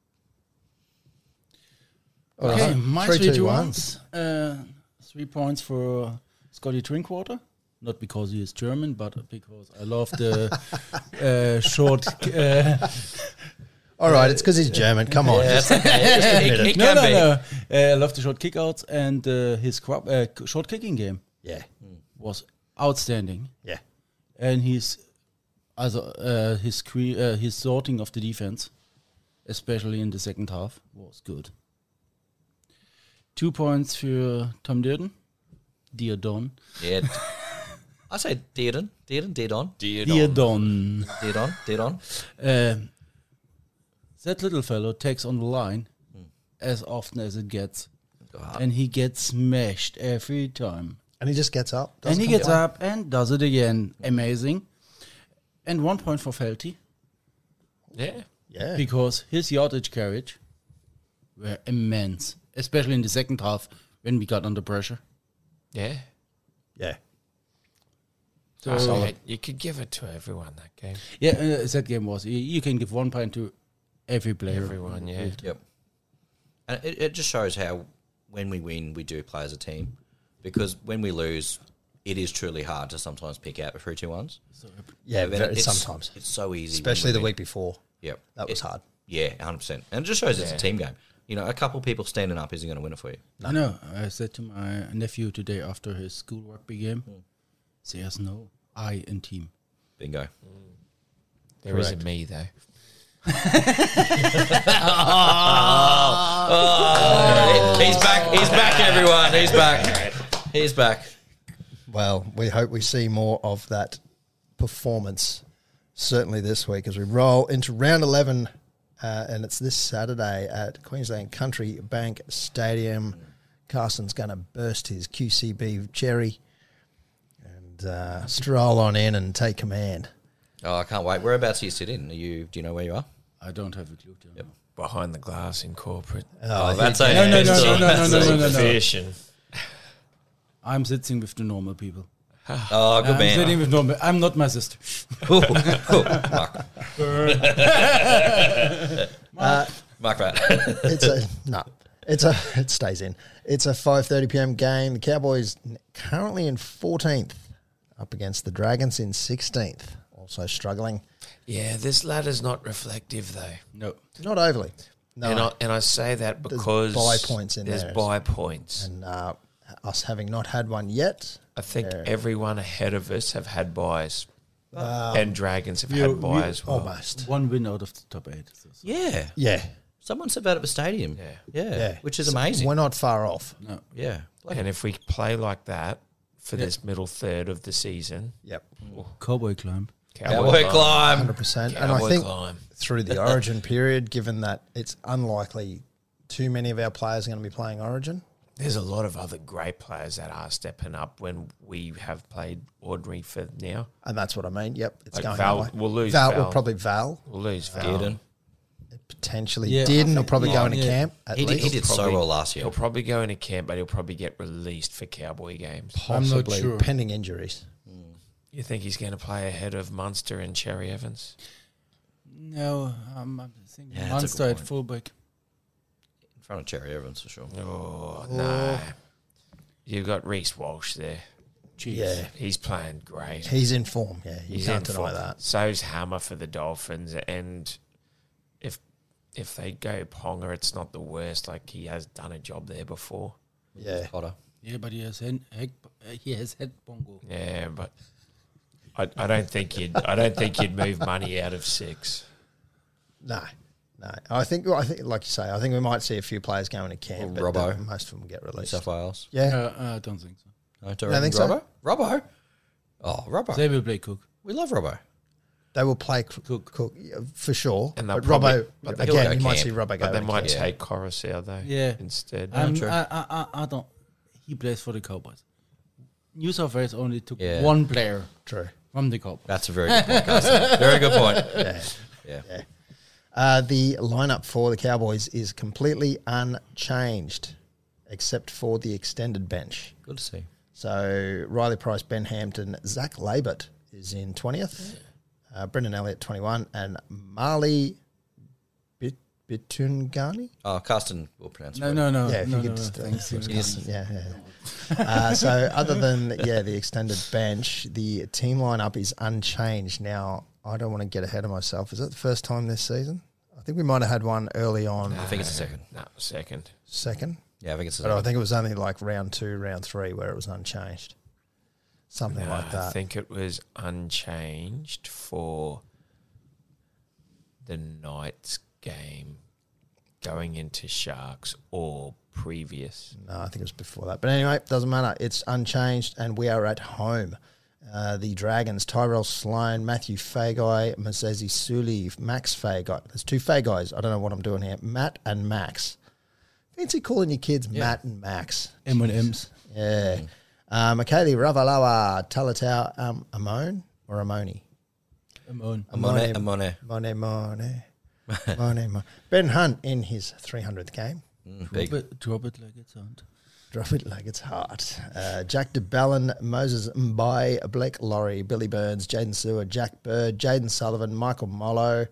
S3: All
S4: Okay,
S3: right.
S4: my
S3: Three,
S4: three,
S3: two,
S4: two
S3: one.
S4: ones. Uh, three points for Scotty Drinkwater. Not because he is German, but because I love the uh, short. Uh,
S3: All right. It's because he's German. Come on. just-
S2: it, it
S4: no,
S2: can
S4: no,
S2: be.
S4: no. Uh, I love the short kickouts and uh, his crop, uh, k- short kicking game
S3: Yeah.
S4: was outstanding.
S3: Yeah.
S4: And his, also, uh, his cre- uh, his sorting of the defense, especially in the second half, was good. Two points for Tom Dearden, dear Don.
S2: Yeah. I say Dearden, Dearden, Deadon,
S5: Deodon.
S4: Diodon.
S2: Deadon, Deadon.
S4: Um, that little fellow takes on the line
S5: Hmm.
S4: as often as it gets, and he gets smashed every time.
S3: And he just gets up.
S4: and he gets up and does it again. Amazing. And one point for Felty
S5: Yeah.
S3: Yeah.
S4: because his yardage carriage were immense, especially in the second half when we got under pressure.
S5: Yeah.
S3: Yeah.
S5: So Solid. you could give it to everyone that game.
S4: Yeah, uh, that game was. You, you can give one point to every player.
S5: Everyone, yeah.
S2: Yep. And it, it just shows how when we win, we do play as a team. Because when we lose, it is truly hard to sometimes pick out the three two ones.
S3: Yeah,
S2: But
S3: very-
S2: it's-
S3: sometimes.
S2: it's so easy, when
S3: Especially
S2: we
S3: the
S2: win.
S3: week before.
S2: Yep,
S3: That was
S2: It-
S3: hard.
S2: Yeah, hundred percent. And it just shows it's a team game. You know, a couple people standing up isn't going to win it for you.
S4: I know. I said to my nephew today after his school rugby game,
S2: Hmm.
S4: there's no I in team.
S2: Bingo.
S5: There is a me though.
S2: He's back. He's back. Everyone. He's back. He's back.
S3: Well, we hope we see more of that performance, certainly this week, as we roll into round 11. Uh, and it's this Saturday at Queensland Country Bank Stadium. Carson's going to burst his QCB cherry and uh, stroll on in and take command.
S2: Oh, I can't wait. Whereabouts do you sit in? Are you? Do you know where you are?
S4: I don't have a clue. to know.
S5: Behind the glass in corporate.
S2: Oh, that's a
S4: No, no, no, no, no, no,
S2: that's
S4: no,
S2: a-
S4: no, no, no.
S5: Fish and
S4: I'm sitting with the normal people.
S2: Oh, good
S4: I'm sitting
S2: man.
S4: with normal. I'm not my sister.
S2: Ooh, ooh, Oh, Mark,
S3: Uh,
S2: mark that.
S3: it's a no. It's a it stays in. It's a five thirty PM game. The Cowboys currently in fourteenth, up against the Dragons in sixteenth. Also struggling,
S5: Yeah, this ladder's not reflective though.
S4: No.
S3: not overly. No,
S5: And
S3: and,
S5: I and I say that because
S3: buy points in
S5: there's
S3: there.
S5: buy points.
S3: uh, us having not had one yet.
S5: I think everyone ahead of us have had buys. and dragons have
S4: you-
S5: had buys
S4: you-
S5: as well.
S3: Almost.
S4: One win out of the top eight. So- so-
S2: yeah.
S3: Yeah,
S2: Someone said that at the stadium. Yeah. Yeah.
S3: yeah.
S2: Which is
S3: So
S2: amazing.
S3: We're not far off.
S4: No.
S2: yeah. Like,
S5: And if we play like that for this middle third of the season,
S3: Yep,
S4: Cowboy climb.
S2: Cowboy climb.
S3: hundred percent. And I
S5: Cowboy
S3: think
S5: climb.
S3: through the Origin period, given that it's unlikely too many of our players are going to be playing Origin.
S5: There's a lot of other great players that are stepping up when we have played ordinary for now.
S3: And that's what I mean. Yep, it's
S5: Like
S3: going
S5: Val-
S3: that way.
S5: we'll lose
S3: Val, We'll
S5: Val.
S3: probably Val.
S5: We'll lose Val.
S2: Dearden.
S3: potentially
S4: Yeah, I
S3: didn't.
S4: think-
S3: He'll probably go into
S4: yeah.
S3: camp at
S2: He did,
S3: least.
S2: he did so
S5: Probably-
S2: well last year.
S5: He'll probably go into camp, but he'll probably get released for Cowboy games.
S4: I'm not
S3: Possibly,
S4: sure.
S3: pending injuries.
S5: You think he's going to play ahead of Munster and Cherry Evans?
S4: No, um, I'm thinking
S2: Yeah,
S4: yeah,
S2: that's a
S4: Munster
S2: good
S4: at
S2: point.
S4: fullback.
S2: In front of Cherry Evans for sure.
S5: Oh, no. You've got Reese Walsh there.
S4: Jeez.
S3: Yeah,
S5: He's playing great.
S3: he's in form. Yeah, you
S5: He's
S3: can't
S5: in
S3: deny
S5: form.
S3: that.
S5: So's Hammer for the Dolphins, and if if they go Ponga, it's not the worst. Like he has done a job there before.
S3: Yeah,
S2: Potter.
S4: Yeah, but he has head, head, he has head bongo.
S5: Yeah, but I, I don't think you'd I don't think you'd move money out of six.
S3: no, no. I think, well, I think, like you say, I think we might see a few players going to camp.
S2: Or
S3: but
S2: Robbo.
S3: the- most of them get
S2: New
S3: released.
S2: South Wales.
S3: Yeah,
S4: Uh, I don't think so.
S2: I don't
S3: I
S2: reckon
S3: think so.
S2: Robbo. Robbo. Oh, Robbo.
S4: They will play Cook.
S2: we love Robbo.
S3: they will play Cook, Cook yeah, for sure.
S5: And they'll
S3: but
S5: probably-
S3: Robbo,
S5: but they'll
S3: again,
S2: go
S3: you might
S2: camp.
S3: see Robbo go.
S5: But they
S3: to
S5: might
S3: camp.
S2: yeah.
S5: take Coruscant though.
S4: Yeah.
S5: Instead.
S4: Um,
S2: true.
S4: I, I, I, I don't. He plays for the Cowboys. New South Wales only took
S2: Yeah.
S4: one player
S3: True.
S4: from the Cowboys.
S2: That's a very good point, Carson. Very good point.
S3: Yeah.
S2: Yeah.
S3: Uh, the lineup for the Cowboys is completely unchanged, except for the extended bench.
S2: Good to see.
S3: So Riley Price, Ben Hampton, Zach Labert is in 20th, uh, Brendan Elliott 21, and Marley Bit- Bitungani.
S2: Oh, Carsten will pronounce
S4: No,
S2: it.
S4: no, no.
S3: Yeah, if
S4: no,
S3: you
S4: no,
S3: could
S4: no,
S3: just, uh,
S4: thanks.
S3: Yeah, yeah. yeah. uh, so other than yeah, the extended bench, the team lineup is unchanged. Now I don't want to get ahead of myself. Is that the first time this season? I think we might have had one early on
S2: I think it's the second.
S5: No, second.
S3: second,
S2: Yeah, I think it's the
S3: but I
S2: second.
S3: think it was only like round two, round three where it was unchanged, something like
S5: I
S3: that.
S5: think it was unchanged for the night's game going into Sharks or previous.
S3: Mm. No, I think it was before that. But anyway, doesn't matter. It's unchanged, and we are at home. Uh, the Dragons, Tyrell Sloan, Matthew Fagai, Mazezi Suli, Max Fagai. There's two Fagais. I don't know what I'm doing here. Matt and Max. Fancy calling your kids Matt and Max.
S4: M and M's.
S3: Yeah. Um, Michaeli Ravalawa, Talatau um, Amon or Amoni?
S4: Amon.
S2: Amone, Amone.
S3: Mone, Mone. Mone, Mone. Ben Hunt in his 300th game.
S2: Big.
S4: Drop it, drop it like it's on.
S3: Drop it like it's hot. Uh, Jack DeBellin, Moses Mbai, Blake Laurie, Billy Burns, Jaden Sewer, Jack Bird, Jaden Sullivan, Michael Mollo,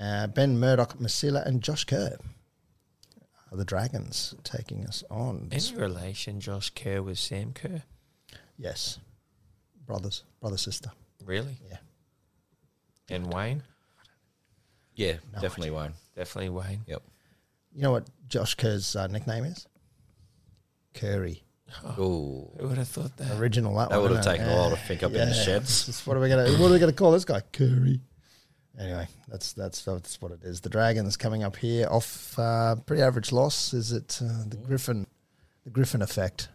S3: uh, Ben Murdoch, Masila, and Josh Kerr. Are the Dragons taking us on?
S5: Any relation Josh Kerr with Sam Kerr?
S3: Yes. Brothers, brother, sister.
S5: Really?
S3: Yeah.
S5: And Wayne?
S2: Yeah, definitely Wayne.
S5: Definitely Wayne.
S2: Yep.
S3: You know what Josh Kerr's uh, nickname is? Curry. Oh.
S2: Ooh.
S5: Who would have thought that?
S3: Original that,
S2: That
S3: one,
S2: would have
S3: isn't it?
S2: taken a while to think up in the sheds.
S3: Just what are we gonna what are we gonna call this guy? Curry. Anyway, that's that's that's what it is. The Dragons coming up here off uh, pretty average loss. Is it uh, the Griffin, the Griffin effect?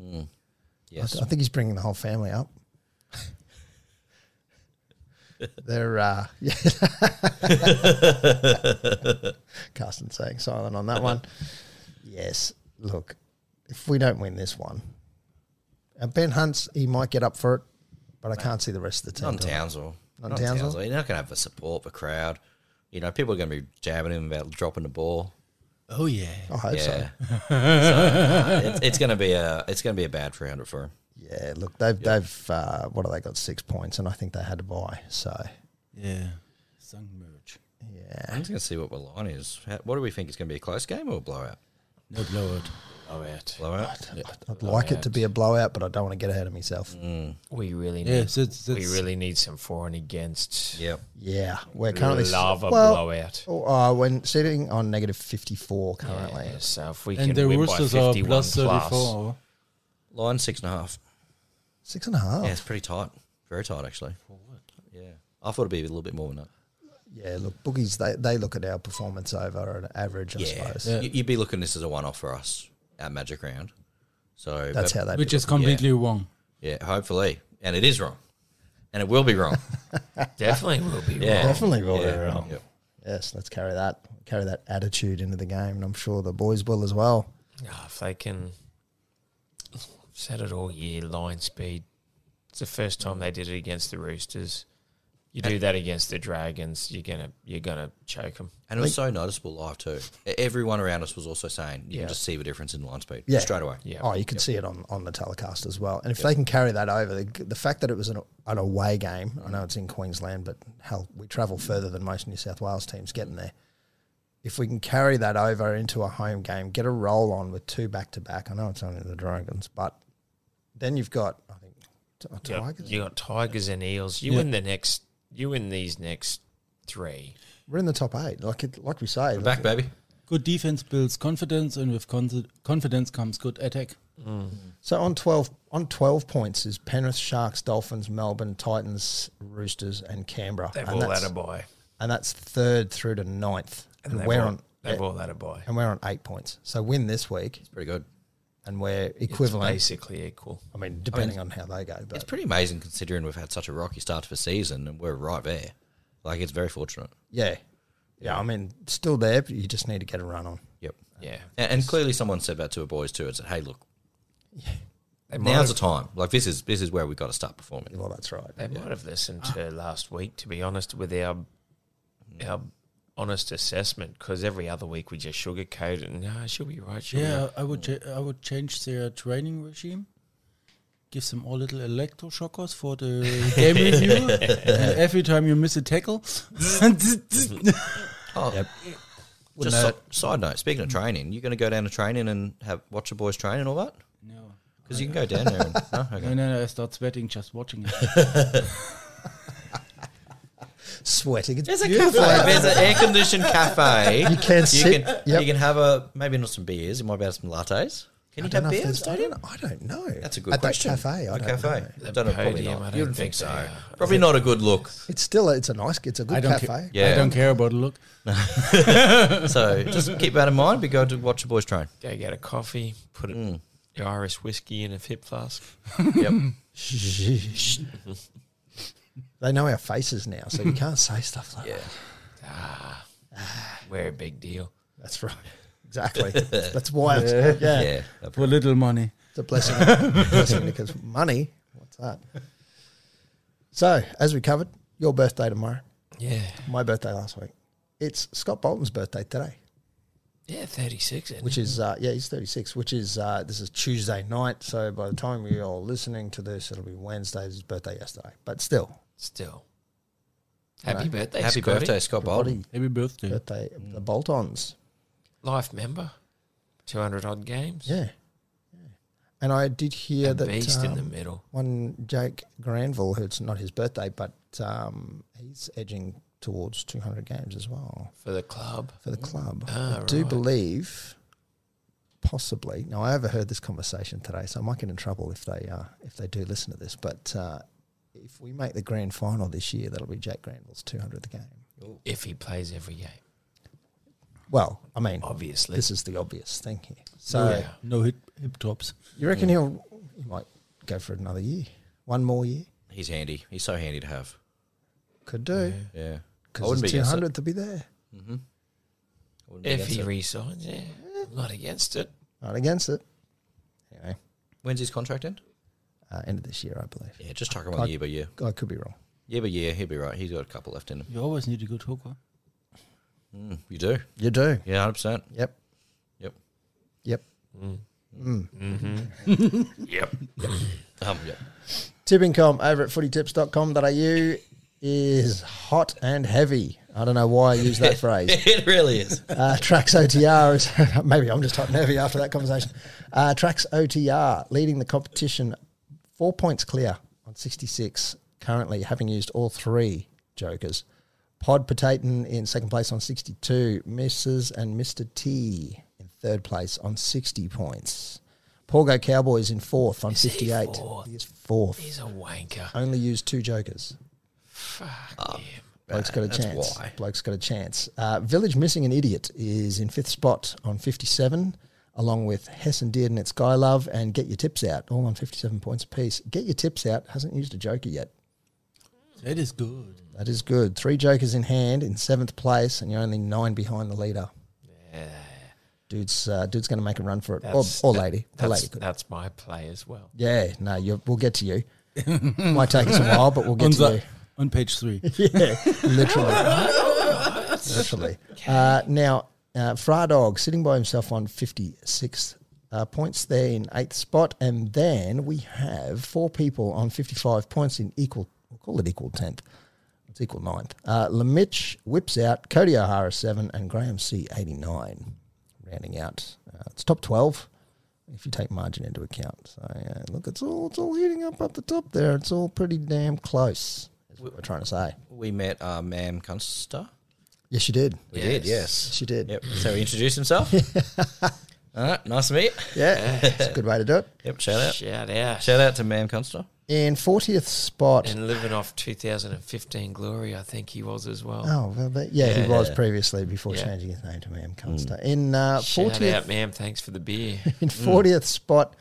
S3: I,
S2: Yes.
S3: th- I think he's bringing the whole family up. They're uh, yeah. Carsten saying silent on that one. Yes, look, if we don't win this one, and Ben Hunt's he might get up for it, but I can't see the rest of the team.
S2: Not in
S3: doing it.
S2: Townsville.
S3: Not in Townsville?
S2: You're not going to have the support, the crowd. You know, people are going to be jabbing him about dropping the ball.
S4: Oh yeah.
S3: I hope so.
S2: Yeah. so, nah, it's, it's going to be a it's going to be a bad round for him.
S3: Yeah, look, they've they've uh, what have they got? Six points, and I think they had to buy. So
S4: Yeah. Sung merge.
S3: yeah,
S2: I'm just going to see what the line is. How, what do we think? It's going to be a close game or a blowout?
S4: No blowout.
S5: Oh, out.
S2: Blowout.
S3: I'd like it to be a blowout, but I don't want to get ahead of
S2: Mm.
S3: myself.
S5: We really
S4: Yeah.
S5: need.
S4: So it's,
S5: we really need some for and against.
S2: Yep.
S3: Yeah, we're currently
S5: love a
S3: well,
S5: blowout.
S3: Oh, uh, when sitting on negative 54 currently.
S5: Yeah, so if we
S4: And
S5: can
S4: the
S5: win by
S4: Roosters are
S5: 51
S4: plus
S5: plus,
S4: thirty-four.
S2: Line six and a half.
S3: Six and a half.
S2: Yeah, it's pretty tight. Very tight, actually. Yeah. I thought it'd be a little bit more than that.
S3: Yeah, look, boogies, they, they look at our performance over an average, I
S2: Yeah.
S3: suppose.
S2: You- You'd be looking this as a one off for us, our magic round. So
S3: That's how they
S4: which
S3: do
S4: is completely wrong.
S2: Yeah, hopefully. And it is wrong. And it will be wrong.
S5: Definitely will be.
S2: Yeah.
S3: it. Definitely will
S2: Yeah.
S3: do it.
S2: Yep.
S3: Yes, let's carry that carry that attitude into the game, and I'm sure the boys will as well.
S5: Ah, if they can, I've said it all year. Line speed. It's the first time they did it against the Roosters. You do that against the Dragons, you're gonna you're gonna choke them.
S2: And it was so noticeable live too. E- Everyone around us was also saying you
S5: Yeah.
S2: can just see the difference in line speed
S3: Yeah.
S2: straight away.
S5: Yeah.
S3: Oh, you can see it on, on the telecast as well. And if they can carry that over, the, the fact that it was an, an away game, I know it's in Queensland, but hell, we travel further than most New South Wales teams getting there. If we can carry that over into a home game, get a roll on with two back to back, I know it's only the Dragons, but then you've got, I think, t- uh,
S5: You got,
S3: Tigers.
S5: you got Tigers and Eels. You
S4: Yeah.
S5: win the next. You win these next three.
S3: We're in the top eight. Like it, like we say,
S2: We're back, baby.
S4: Good defense builds confidence, and with con- confidence comes good attack.
S3: So on twelve on twelve points is Penrith, Sharks, Dolphins, Melbourne, Titans, Roosters, and Canberra.
S5: They've
S3: and
S5: all
S3: that's-
S5: had a buy.
S3: and that's third through to ninth. And,
S5: they've
S3: we're
S5: all,
S3: on e-
S5: They've all had a buy.
S3: and we're on eight points. So win this week,
S2: Pretty good.
S3: and we're equivalent.
S5: Basically equal.
S3: I mean, depending on how they go,
S2: It's
S3: but
S2: pretty amazing considering we've had such a rocky start to the season and we're right there. Like it's very fortunate.
S3: yeah, yeah. I mean, still there, but you just need to get a run on.
S2: Yep.
S5: Yeah.
S2: And, and clearly someone said that to the boys too and said, Hey look,
S5: They might
S2: now's
S5: have-
S2: the time. Like this is this is where we gotta start performing.
S3: Well, that's right.
S5: They might have listened to last week, to be honest, with our our honest assessment, because every other week we just sugarcoat it. and, Nah, she'll be right. She'll
S4: Yeah, I would cha- I would change their training regime. Give them all little electroshockers for the game review. and every time you miss a tackle,
S2: Oh just si- side note, speaking of training, you're gonna go down to training and have watch the boys train and all that?
S4: no,
S2: Because you can go down there and no? okay.
S4: no, no, no, I start sweating just watching it.
S3: Sweating. It's
S2: There's a
S3: beautiful.
S2: cafe. There's an air conditioned cafe. You
S3: can sit-
S2: Can,
S3: yep.
S2: You can have a maybe not some beers. You might be able to some lattes. Can you
S3: I don't,
S2: have
S3: know if
S2: beers?
S3: there's- I,
S2: Don't you?
S3: don't, I don't know.
S2: That's a good
S3: At
S2: question.
S3: That cafe, I
S2: A
S3: don't
S2: cafe.
S3: know.
S2: I don't know, probably
S5: podium, I
S2: not.
S5: don't
S2: You wouldn't
S5: think
S2: think
S5: they
S2: so.
S5: are.
S2: Probably not a good look.
S3: It's still it's a nice. It's a
S4: I
S3: good
S4: don't
S3: cafe.
S4: care. I
S2: Yeah.
S4: don't care about the look.
S2: So just keep that in mind. We go to watch the boys train.
S5: Go get a coffee, put it, The Irish whiskey in a hip flask.
S2: Yep.
S3: they know our faces now, so you can't say stuff like that.
S5: We're a big deal.
S3: That's right. Exactly. That's why. It's, yeah.
S2: yeah.
S4: For little money.
S3: It's a blessing. blessing because money. What's that? So, as we covered, your birthday tomorrow,
S5: Yeah.
S3: my birthday last week. It's Scott Bolton's birthday today,
S5: Yeah, 36. isn't
S3: which is uh, yeah, he's thirty six. Which is uh, this is Tuesday night. So by the time you're listening to this, it'll be Wednesday's birthday yesterday. But still,
S5: it? Still. Happy birthday,
S2: Happy
S5: Scotty.
S2: birthday, Scott Bolton.
S3: body
S4: Happy
S5: Mm.
S4: birthday.
S3: birthday the Boltons.
S5: Life member. 200 odd games.
S3: Yeah. yeah. And I did hear
S5: A
S3: that
S5: beast in the
S3: um,
S5: middle.
S3: one Jake Granville, who it's not his birthday, but um, he's edging towards 200 games as well
S5: For the club.
S3: for the club. I
S5: Ah,
S3: do
S5: right.
S3: believe, possibly. Now I overheard this conversation today, so I might get in trouble if they uh, if they do listen to this. But uh, if we make the grand final this year, that'll be Jake Granville's 200th game.
S5: If he plays every game.
S3: Well, I mean,
S5: Obviously.
S3: this is the obvious thing here. So
S5: Yeah.
S4: No hip, hip drops.
S3: you reckon he'll he might go for another year, one more year?
S2: He's handy. He's so handy to have.
S3: Could do
S2: Yeah. I
S3: because
S2: wouldn't be
S3: it's
S2: against it. Mm-hmm.
S3: 200 to be there.
S2: I wouldn't be
S5: If
S2: against
S5: he
S2: it.
S5: resigns, yeah. I'm not against it.
S3: Not against it. Anyway,
S2: When's his contract end?
S3: uh, end of this year, I believe.
S2: Yeah, just talk about year by year.
S3: I could be wrong.
S2: Year by year, he'll be right. He's got a couple left in him.
S4: You always need a good hooker.
S2: Mm, you do?
S3: You do.
S2: Yeah, 100%.
S3: Yep.
S2: Yep.
S3: Yep.
S5: Yep.
S2: Um, yep.
S3: Tipping.com over at footytips.com.au is hot and heavy. I don't know why I use that phrase.
S2: it really is.
S3: Uh, Trax OTR is maybe I'm just hot and heavy after that conversation. Uh, Trax OTR leading the competition, four points clear on 66 currently, having used all three jokers. Pod Potaton in second place on 62. Mrs. and Mr. T in third place on 60 points. Porgo Cowboys in fourth on
S5: Is he
S3: 58.
S5: fourth?
S3: He is fourth.
S5: He's a wanker.
S3: Only used two jokers.
S5: Fuck him.
S3: Ah, Bloke's got a
S2: That's
S3: chance.
S2: why.
S3: Bloke's got a chance. Uh, Village Missing an Idiot is in fifth spot on 57, along with Hess and Dearden at Skylove and Get Your Tips Out, all on 57 points apiece. Get Your Tips Out hasn't used a joker yet.
S4: That is good.
S3: That is good. Three jokers in hand in seventh place, and you're only nine behind the leader. Dude's, uh, dude's going to make a run for it. Or,
S5: That's-
S3: or
S5: that-
S3: lady. The
S5: That's,
S3: lady could.
S5: that's my play as well.
S3: Yeah, no, you're, we'll get to you. Might take us a while, but we'll
S4: on,
S3: get to you.
S4: the- on page three.
S3: Yeah, literally. literally. Uh, now, uh, Fradog sitting by himself on 56 uh, points there in eighth spot. And then we have four people on 55 points in equal, we'll call it equal 10th. It's equal ninth. Uh, Lemitch whips out Cody O'Hara 7 and Graham C 89, rounding out. Uh, it's top 12 if you take margin into account. So, uh, look, it's all, it's all heating up up the top there. It's all pretty damn close, is what we're trying to say.
S2: We met uh, Mam Kunster.
S3: Yes, you did.
S2: We did, yes.
S3: She did.
S2: Yep. So he introduced himself. All right. Nice to meet you.
S3: Yeah. It's a good way to do it.
S2: Yep. Shout out.
S5: Shout out.
S2: Shout out to Mam Kunster.
S3: In 40th spot.
S5: And living off 2015 glory, I think he was as well.
S3: oh, well, but yeah, he was previously before
S5: Yeah.
S3: changing his name to Ma'am Conster. In uh,
S5: Shout
S3: 40th,
S5: out, Hmm. ma'am. Thanks for the beer.
S3: in 40th spot,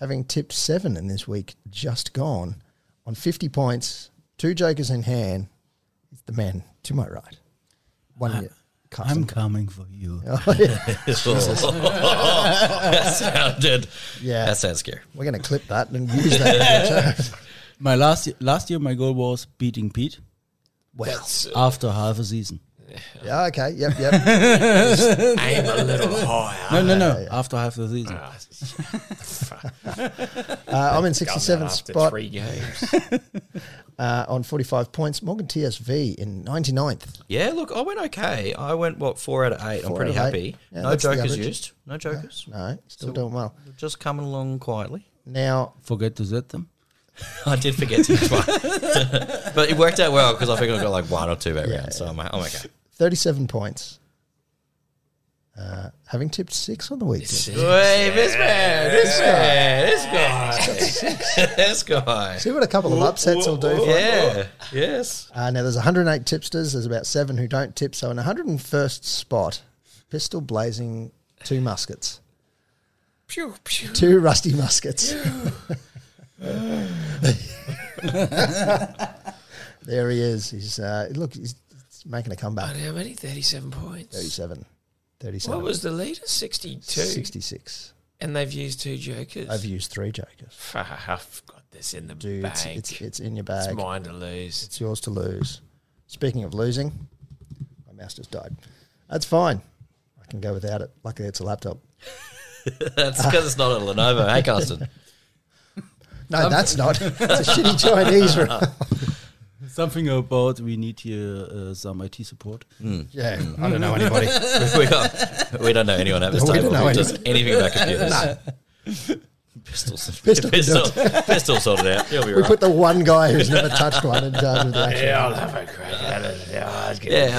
S3: having tipped seven in this week, just gone on 50 points, two jokers in hand, is the man to my right. One year.
S4: I'm
S3: Custom.
S4: coming for you.
S2: that sounded.
S3: Yeah.
S2: That sounds scary.
S3: We're going to clip that and use that. in the future.
S4: My last y- last year, my goal was beating Pete
S3: well,
S4: after half a season.
S3: yeah, okay. Yep, yep.
S5: Aim a little higher.
S4: No, no, no. After half the season.
S5: Ah,
S3: Uh, I'm in
S5: done that
S3: 67th
S5: after
S3: spot.
S5: three games.
S3: uh, on 45 points. Morgan TSV in 99th.
S2: Yeah, look, I went okay. I went, what, four out of eight. I'm
S3: Four
S2: pretty
S3: out of
S2: happy.
S3: eight. Yeah,
S2: no
S3: that's the
S2: jokers
S3: average.
S2: used. No jokers.
S3: No, still doing well.
S2: Just coming along quietly.
S3: Now,
S4: Forget to set them.
S2: I did forget to each one. but it worked out well because I think I got like one or two back
S3: Yeah.
S2: round. So I'm, oh I'm okay.
S3: 37 points. Uh, having tipped six on the weekend.
S2: Wait, this man, this man, this guy, this guy.
S3: See what a couple of upsets will do for you.
S2: Yeah, yes.
S3: Uh, now, there's 108 tipsters. There's about seven who don't tip. So, in 101st spot, pistol blazing two muskets.
S5: Pew, pew.
S3: Two rusty muskets. there he is. He's uh, look. He's he's making a comeback.
S5: And how many? 37 points.
S3: Thirty-seven.
S5: What
S3: Thirty-seven.
S5: was the leader? 62.
S3: Sixty-six.
S5: And they've used two jokers.
S3: I've used three jokers.
S5: I've got this in the
S3: Dude, it's,
S5: bank.
S3: it's it's in your
S5: It's
S3: bag.
S5: mine to lose.
S3: It's yours to lose. Speaking of losing, my mouse just died. That's fine. I can go without it. Luckily, it's a laptop.
S2: That's because it's not a Lenovo. Hey, Carsten.
S3: No,
S5: Um,
S3: that's not. It's a shitty Chinese. room.
S4: Something about we need here uh, some IT support.
S3: yeah, I don't know anybody.
S2: we, are, we don't know anyone at this
S3: We don't
S2: table
S3: know
S2: who does anything about computers. Pistols. Pistol.
S3: Pistol.
S2: Pistol. Pistol sorted out. You'll be
S3: We
S2: right.
S3: put the one guy who's never touched one in charge of the action.
S5: Yeah, I'll have a crack at it. Oh, Yeah, I'll get
S2: yeah,
S5: it.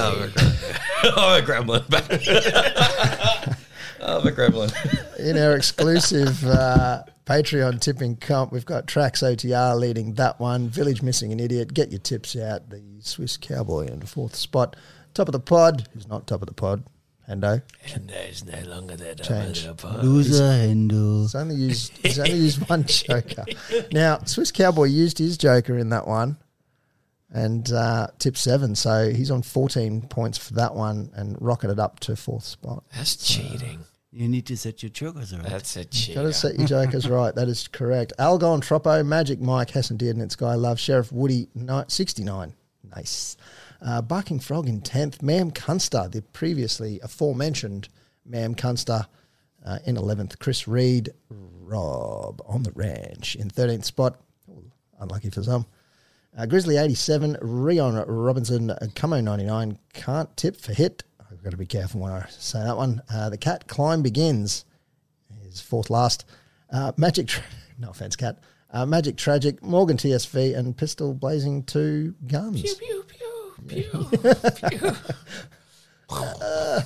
S2: I'll have a gremlin. I'll have a gremlin back. I'll have a gremlin.
S3: In our exclusive uh, Patreon tipping comp, we've got Trax OTR leading that one, Village Missing an Idiot, Get Your Tips Out, the Swiss Cowboy in fourth spot. Top of the pod, who's not top of the pod, Hendo.
S5: And there's no longer that
S3: Change.
S5: other part.
S4: Loser handle.
S3: He's only used he's only used one joker. Now Swiss Cowboy used his joker in that one, and uh, tip seven. So he's on fourteen points for that one and rocketed up to fourth spot.
S5: That's cheating.
S4: You need to set your triggers right.
S5: That's a
S3: Got to
S5: cheater.
S3: set your jokers right. That is correct. Algon Troppo, Magic Mike, Hassan Dearden, It's Guy Love, Sheriff Woody, ni- 69. Nice. Uh, Barking Frog in 10th. Ma'am Cunster, the previously aforementioned Ma'am Cunster uh, in 11th. Chris Reed, Rob on the ranch in 13th spot. Ooh, Unlucky for some. Uh, Grizzly 87, Rion Robinson, uh, Camo 99, can't tip for hit. I've got to be careful when I say that one. Uh, the Cat Climb begins is fourth last. Uh, Magic, tra- no offense, Cat. Uh, Magic Tragic, Morgan TSV, and Pistol Blazing Two Guns.
S5: Pew, pew, pew, pew.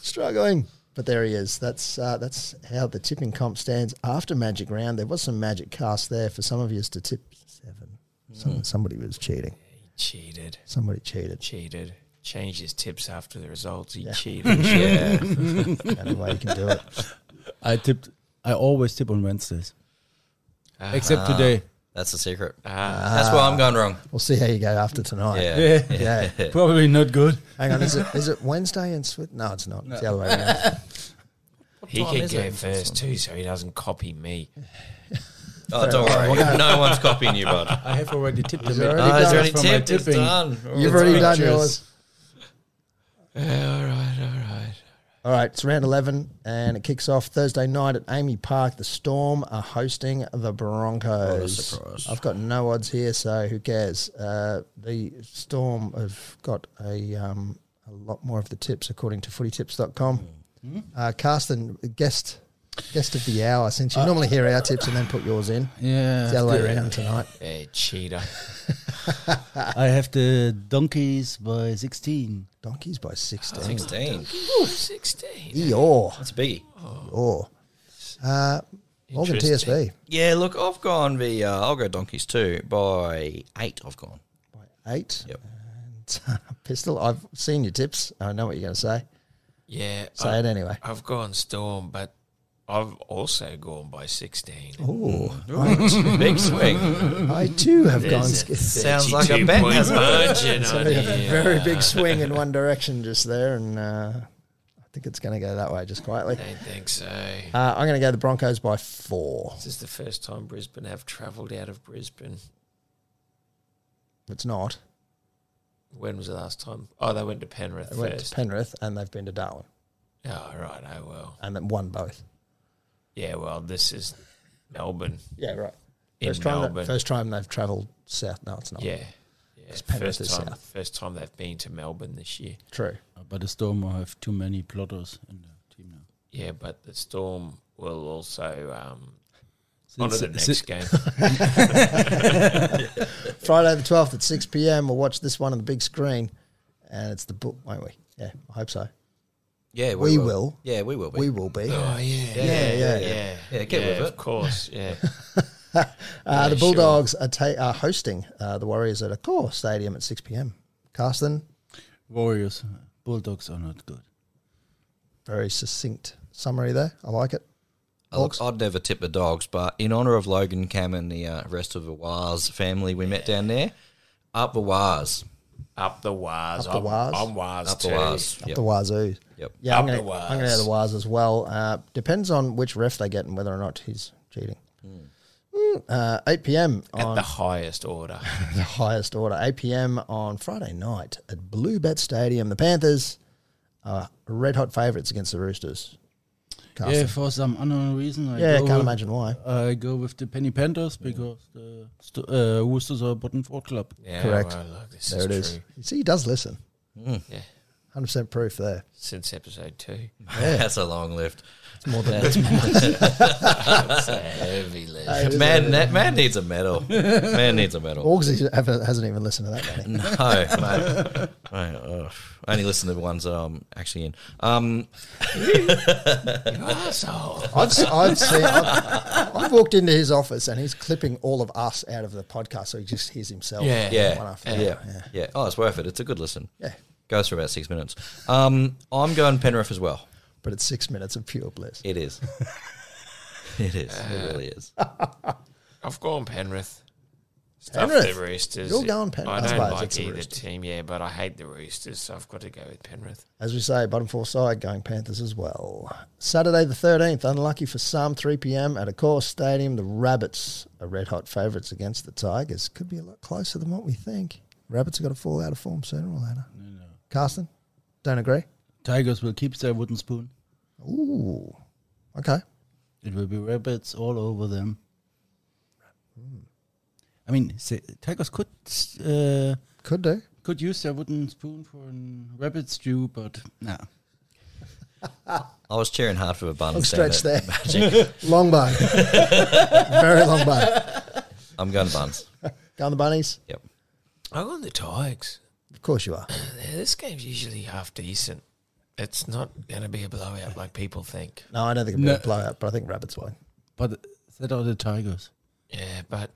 S3: Struggling, but there he is. That's uh, that's how the tipping comp stands after Magic Round. There was some magic cast there for some of you to tip seven. Some, somebody was cheating.
S5: cheated.
S3: Somebody cheated.
S5: Cheated. Changed his tips after the results. He cheated. Yeah.
S3: Only way you can do it.
S4: I tipped. I always tip on Wednesdays, except today.
S2: That's the secret. Ah, That's where I'm going wrong.
S3: We'll see how you go after tonight.
S2: Yeah.
S3: Yeah.
S4: Probably not good.
S3: Hang on. Is it is it Wednesday and Swiss? No, it's not. It's the other way around.
S5: he
S2: time
S5: can
S2: is
S5: go
S2: it?
S5: first too, so he doesn't copy me.
S2: Oh, don't worry. No one's copying you, bud.
S4: I have already tipped
S3: He's
S4: them.
S3: already
S2: Oh, it's already
S3: done
S4: That's from my
S2: tipped. It's
S4: tipping.
S2: done.
S3: You've
S2: It's
S3: already
S2: big.
S3: done
S5: pictures.
S3: yours.
S5: Uh, all right, all right.
S3: All right, it's round 11, and it kicks off Thursday night at Amy Park. The Storm are hosting the Broncos.
S2: surprise.
S3: I've got no odds here, so who cares? Uh, the Storm have got a, um, a lot more of the tips, according to footytips.com. Uh, Carsten, guest guest of the hour, since you normally hear our tips and then put yours in.
S4: Yeah,
S3: It's the other way around tonight.
S5: Eh, cheater.
S4: I have the donkeys by sixteen.
S3: Donkeys by 16.
S2: 16.
S5: 16.
S3: Eeyore.
S2: That's a biggie.
S3: Eeyore. Uh, Morgan
S5: Interesting.
S3: TSB.
S2: Yeah, look, I've gone the uh, I'll go donkeys too by eight. I've gone.
S3: Eight.
S2: Yep.
S3: And uh, pistol, I've seen your tips. I know what you're going to say.
S5: Yeah.
S3: Say
S5: I,
S3: it anyway.
S5: I've gone Storm, but I've also gone by 16.
S3: Ooh,
S2: Big swing.
S3: I too have gone.
S5: There's
S3: It's
S2: Sounds like a bet.
S5: 32 point margin
S3: a
S5: on here.
S3: very big swing in one direction just there, and uh, I think it's going to go that way just quietly.
S5: I don't think so.
S3: Uh, I'm going to go the Broncos by four.
S5: This is the first time Brisbane have travelled out of Brisbane.
S3: It's not.
S5: When was the last time? Oh, they went to Penrith
S3: They went to
S5: first.
S3: Penrith and they've been to Darwin
S5: oh, right. Oh, well.
S3: and then won both.
S5: Yeah, well, this is Melbourne.
S3: Yeah, right.
S5: In
S3: First time,
S5: Melbourne.
S3: that, first time they've travelled south. No, it's not.
S5: yeah. Yeah.
S3: Penrith
S5: First
S3: is
S5: time,
S3: south.
S5: first time they've been to Melbourne this year.
S3: True.
S4: But the Storm have too many plotters in the team now.
S5: Yeah, but the Storm will also. Um, on to
S4: Since-
S5: the next
S4: since-
S5: game.
S3: Friday the 12th at 6 p.m. We'll watch this one on the big screen, and it's the book, won't we? Yeah, I hope so.
S2: Yeah,
S3: We will.
S2: Yeah, we will. Be.
S3: We will be. Uh,
S5: Oh yeah,
S3: yeah, yeah.
S5: yeah.
S2: Yeah, get
S5: Yeah,
S2: with it.
S5: Of course, yeah.
S3: Uh, the
S5: sure.
S3: Bulldogs are, ta- are hosting uh, the Warriors at a core stadium at 6 p.m. Carsten,
S4: Warriors, Bulldogs are not good.
S3: very succinct summary there. I like it.
S2: Uh, Look, I'd never tip the dogs, but in honour of Logan Cam and the uh, rest of the Waz family we met down there, up the Waz.
S5: Up the wires.
S3: Up the wires.
S5: I'm, I'm wires
S2: Up
S5: too.
S2: the Waz.
S3: Up
S2: Yep.
S3: the wazoo.
S2: Yep.
S3: Yeah, I'm
S5: Up
S3: gonna,
S5: the
S3: I'm gonna go to the wires as well. Uh, depends on which ref they get and whether or not he's cheating.
S2: Hmm.
S3: Mm, uh, 8 p.m.
S5: At
S3: on
S5: the highest order.
S3: the highest order. 8 p.m. on Friday night at Bluebet Stadium. The Panthers are red hot favourites against the Roosters. Carson.
S4: Yeah, for some unknown reason. I
S3: Yeah,
S4: go
S3: can't
S4: with-
S3: imagine why.
S4: I go with the Penny Panthers because the st- uh, Roosters are a bottom four club.
S5: Yeah,
S3: Correct.
S5: well, look, this
S3: There it
S5: is
S3: is.
S5: true. Mm.
S3: You see, he does listen.
S5: Yeah.
S3: 100% proof there.
S5: Since episode two.
S2: That's a long lift.
S3: It's more than it's
S5: It's a heavy lift.
S2: Man, that man needs a medal. Man needs a medal.
S3: Augsy haven't- hasn't even listened to that. mate.
S2: No, mate. I, oh, I only listen to the ones that I'm actually in. Um,
S5: Asshole.
S3: I've, s- I've seen. I've, I've walked into his office and he's clipping all of us out of the podcast, so he just hears himself.
S5: Yeah.
S3: One
S2: yeah,
S3: after
S2: yeah,
S3: the
S2: yeah,
S3: other. yeah.
S2: Oh, it's worth it. It's a good listen.
S3: Yeah.
S2: Goes for about six minutes. Um, I'm going Penrith as well.
S3: But it's six minutes of pure bliss.
S2: It is. It is. It really is.
S5: I've gone Penrith. Stuff
S3: Penrith?
S5: the Roosters.
S3: You're going Penrith.
S5: I
S3: I
S5: don't
S3: suppose it's
S5: like
S3: the
S5: either
S3: Roosters.
S5: team, yeah, but I hate the Roosters, so I've got to go with Penrith.
S3: As we say, bottom four side going Panthers as well. Saturday the 13th, unlucky for some, 3 p.m. at a course stadium. The Rabbits are red hot favourites against the Tigers. Could be a lot closer than what we think. Rabbits are going to fall out of form sooner or later. Carsten, don't agree?
S4: Tigers will keep their wooden spoon.
S3: Ooh. Okay.
S4: It will be rabbits all over them. Hmm. I mean, se- Tigers could uh,
S3: Could do.
S4: could use their wooden spoon for a rabbit stew, but nah.
S2: I was cheering hard for the bun. down
S3: Long
S2: at
S3: stretch there.
S2: Magic.
S3: Long bun. Very long bun.
S2: I'm going buns.
S3: Go on the bunnies.
S2: Yep.
S5: I'm on the Tigers.
S3: Of course you are.
S5: Yeah, this game's usually half decent. It's not going to be a blowout like people think.
S3: No, I don't think it'll be
S4: No.
S3: a blowout, but I think Rabbits won.
S4: But that are the Tigers.
S5: Yeah, but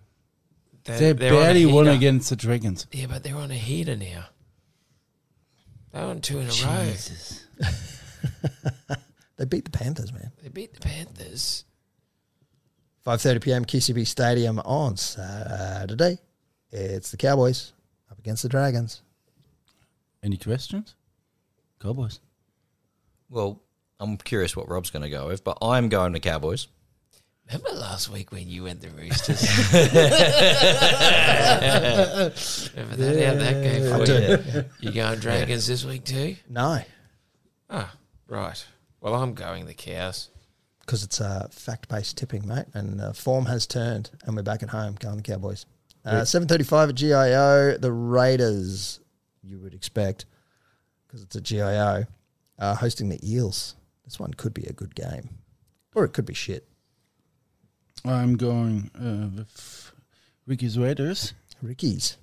S5: they're,
S4: They
S5: they're on a
S4: barely won
S5: heater.
S4: against the Dragons.
S5: Yeah, but they're on a heater now. They're on two in a row.
S4: Jesus.
S3: They beat the Panthers, man.
S5: They beat the Panthers.
S3: 5:30 p.m. KCB Stadium on Saturday. It's the Cowboys up against the Dragons.
S4: Any questions? Cowboys.
S2: Well, I'm curious what Rob's going to go with, but I'm going to Cowboys.
S5: Remember last week when you went the Roosters? Remember that, how that game for you? You going Dragons this week too?
S3: No,
S5: Ah, right. Well, I'm going the Cows.
S3: because it's uh, fact-based tipping, mate, and uh, form has turned, and we're back at home going the Cowboys. Uh, 7:35 at GIO. The Raiders, you would expect, because it's a GIO, uh, hosting the Eels. This one could be a good game, or it could be shit.
S4: I'm going uh, with Ricky's Raiders.
S3: Rickies.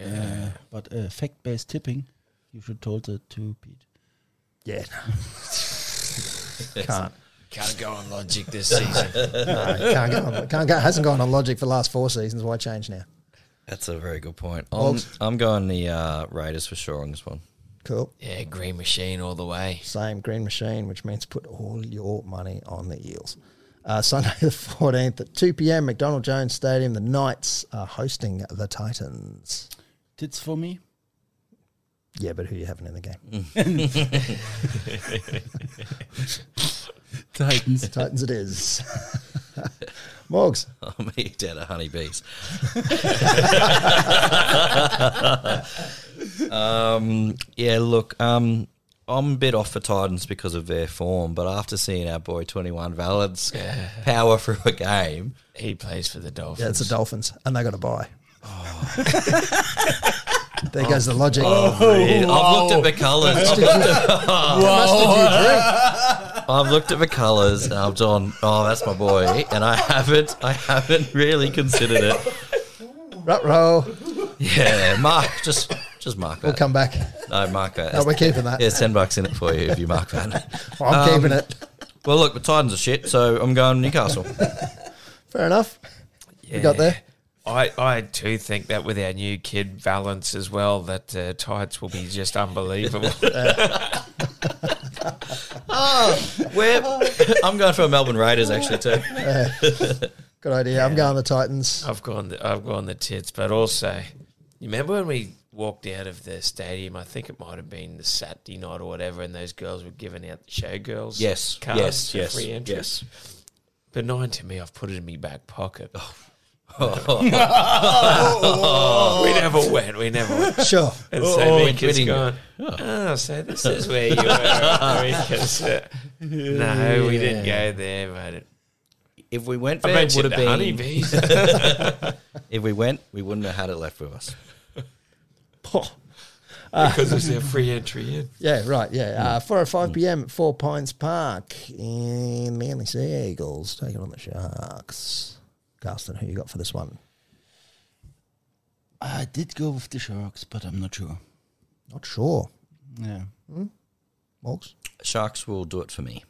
S4: Uh, but uh, fact-based tipping, you should told that to Pete.
S3: Yeah. Can't.
S5: Can't go on logic this season.
S3: No, can't go. On, can't go. Hasn't gone on logic for the last four seasons. Why change now?
S2: That's a very good point. I'm, I'm going the uh, Raiders for sure on this one.
S3: Cool.
S5: yeah, Green Machine all the way.
S3: Same green machine, which means put all your money on the Eels. Uh, Sunday the 14th at 2 p.m. McDonald Jones Stadium. The Knights are hosting the Titans.
S4: Tits for me.
S3: Yeah, but who you having in the game?
S4: Titans.
S3: Titans it is. Morgs.
S2: I'm eat out of honeybees. um, yeah, look, um, I'm a bit off for Titans because of their form, but after seeing our boy 21 Valance power through a game,
S5: He plays for the
S3: Yeah, it's
S5: Dolphins.
S3: the Dolphins, and they got to buy. there goes the logic.
S2: I've looked at the colours. I've looked at, I've looked at the colours and I've gone, oh, that's my boy, and I haven't, I haven't really considered it.
S3: Rut roll.
S2: Yeah, mark, just, just mark
S3: We'll
S2: that.
S3: come back.
S2: No, mark that.
S3: No, we're keeping that.
S2: Yeah, it's 10 bucks in it for you if you mark that.
S3: I'm keeping it.
S2: Well, look, the Titans are shit, so I'm going Newcastle.
S3: Fair enough.
S5: Yeah.
S3: You got there?
S5: I, I too think that with our new kid Valence as well, that uh, Tides will be just unbelievable.
S2: Where I'm going for Melbourne Raiders actually too.
S3: Good idea. I'm going the Titans.
S5: I've gone. The, I've gone the tits, but also, you remember when we walked out of the stadium? I think it might have been the Saturday night or whatever, and those girls were giving out the showgirls.
S2: Yes,
S5: cards
S2: yes,
S5: for
S2: yes,
S5: free entry.
S2: yes.
S5: Benign to me, I've put it in my back pocket.
S2: Oh.
S5: we never went. We never went.
S3: Sure.
S5: And so
S2: Oh,
S5: oh,
S2: we're
S5: Mika's
S2: quitting.
S5: gone, oh, so this is where you were. Mika's, uh, no, we didn't go there, but it,
S2: If we went
S5: I
S2: there, it would have
S5: mentioned the
S2: been.
S5: honeybees.
S2: If we went, we wouldn't have had it left with us.
S5: because it's their free entry in.
S3: Yeah, right. Yeah. Uh, 4 or
S2: Mm.
S3: 5 p.m. at Four Pines Park in Manly Sea Eagles taking on the Sharks. Garston, who you got for this one?
S4: I did go with the Sharks, but I'm not sure.
S3: Not sure.
S4: Yeah.
S3: Morgs?
S2: Sharks will do it for me.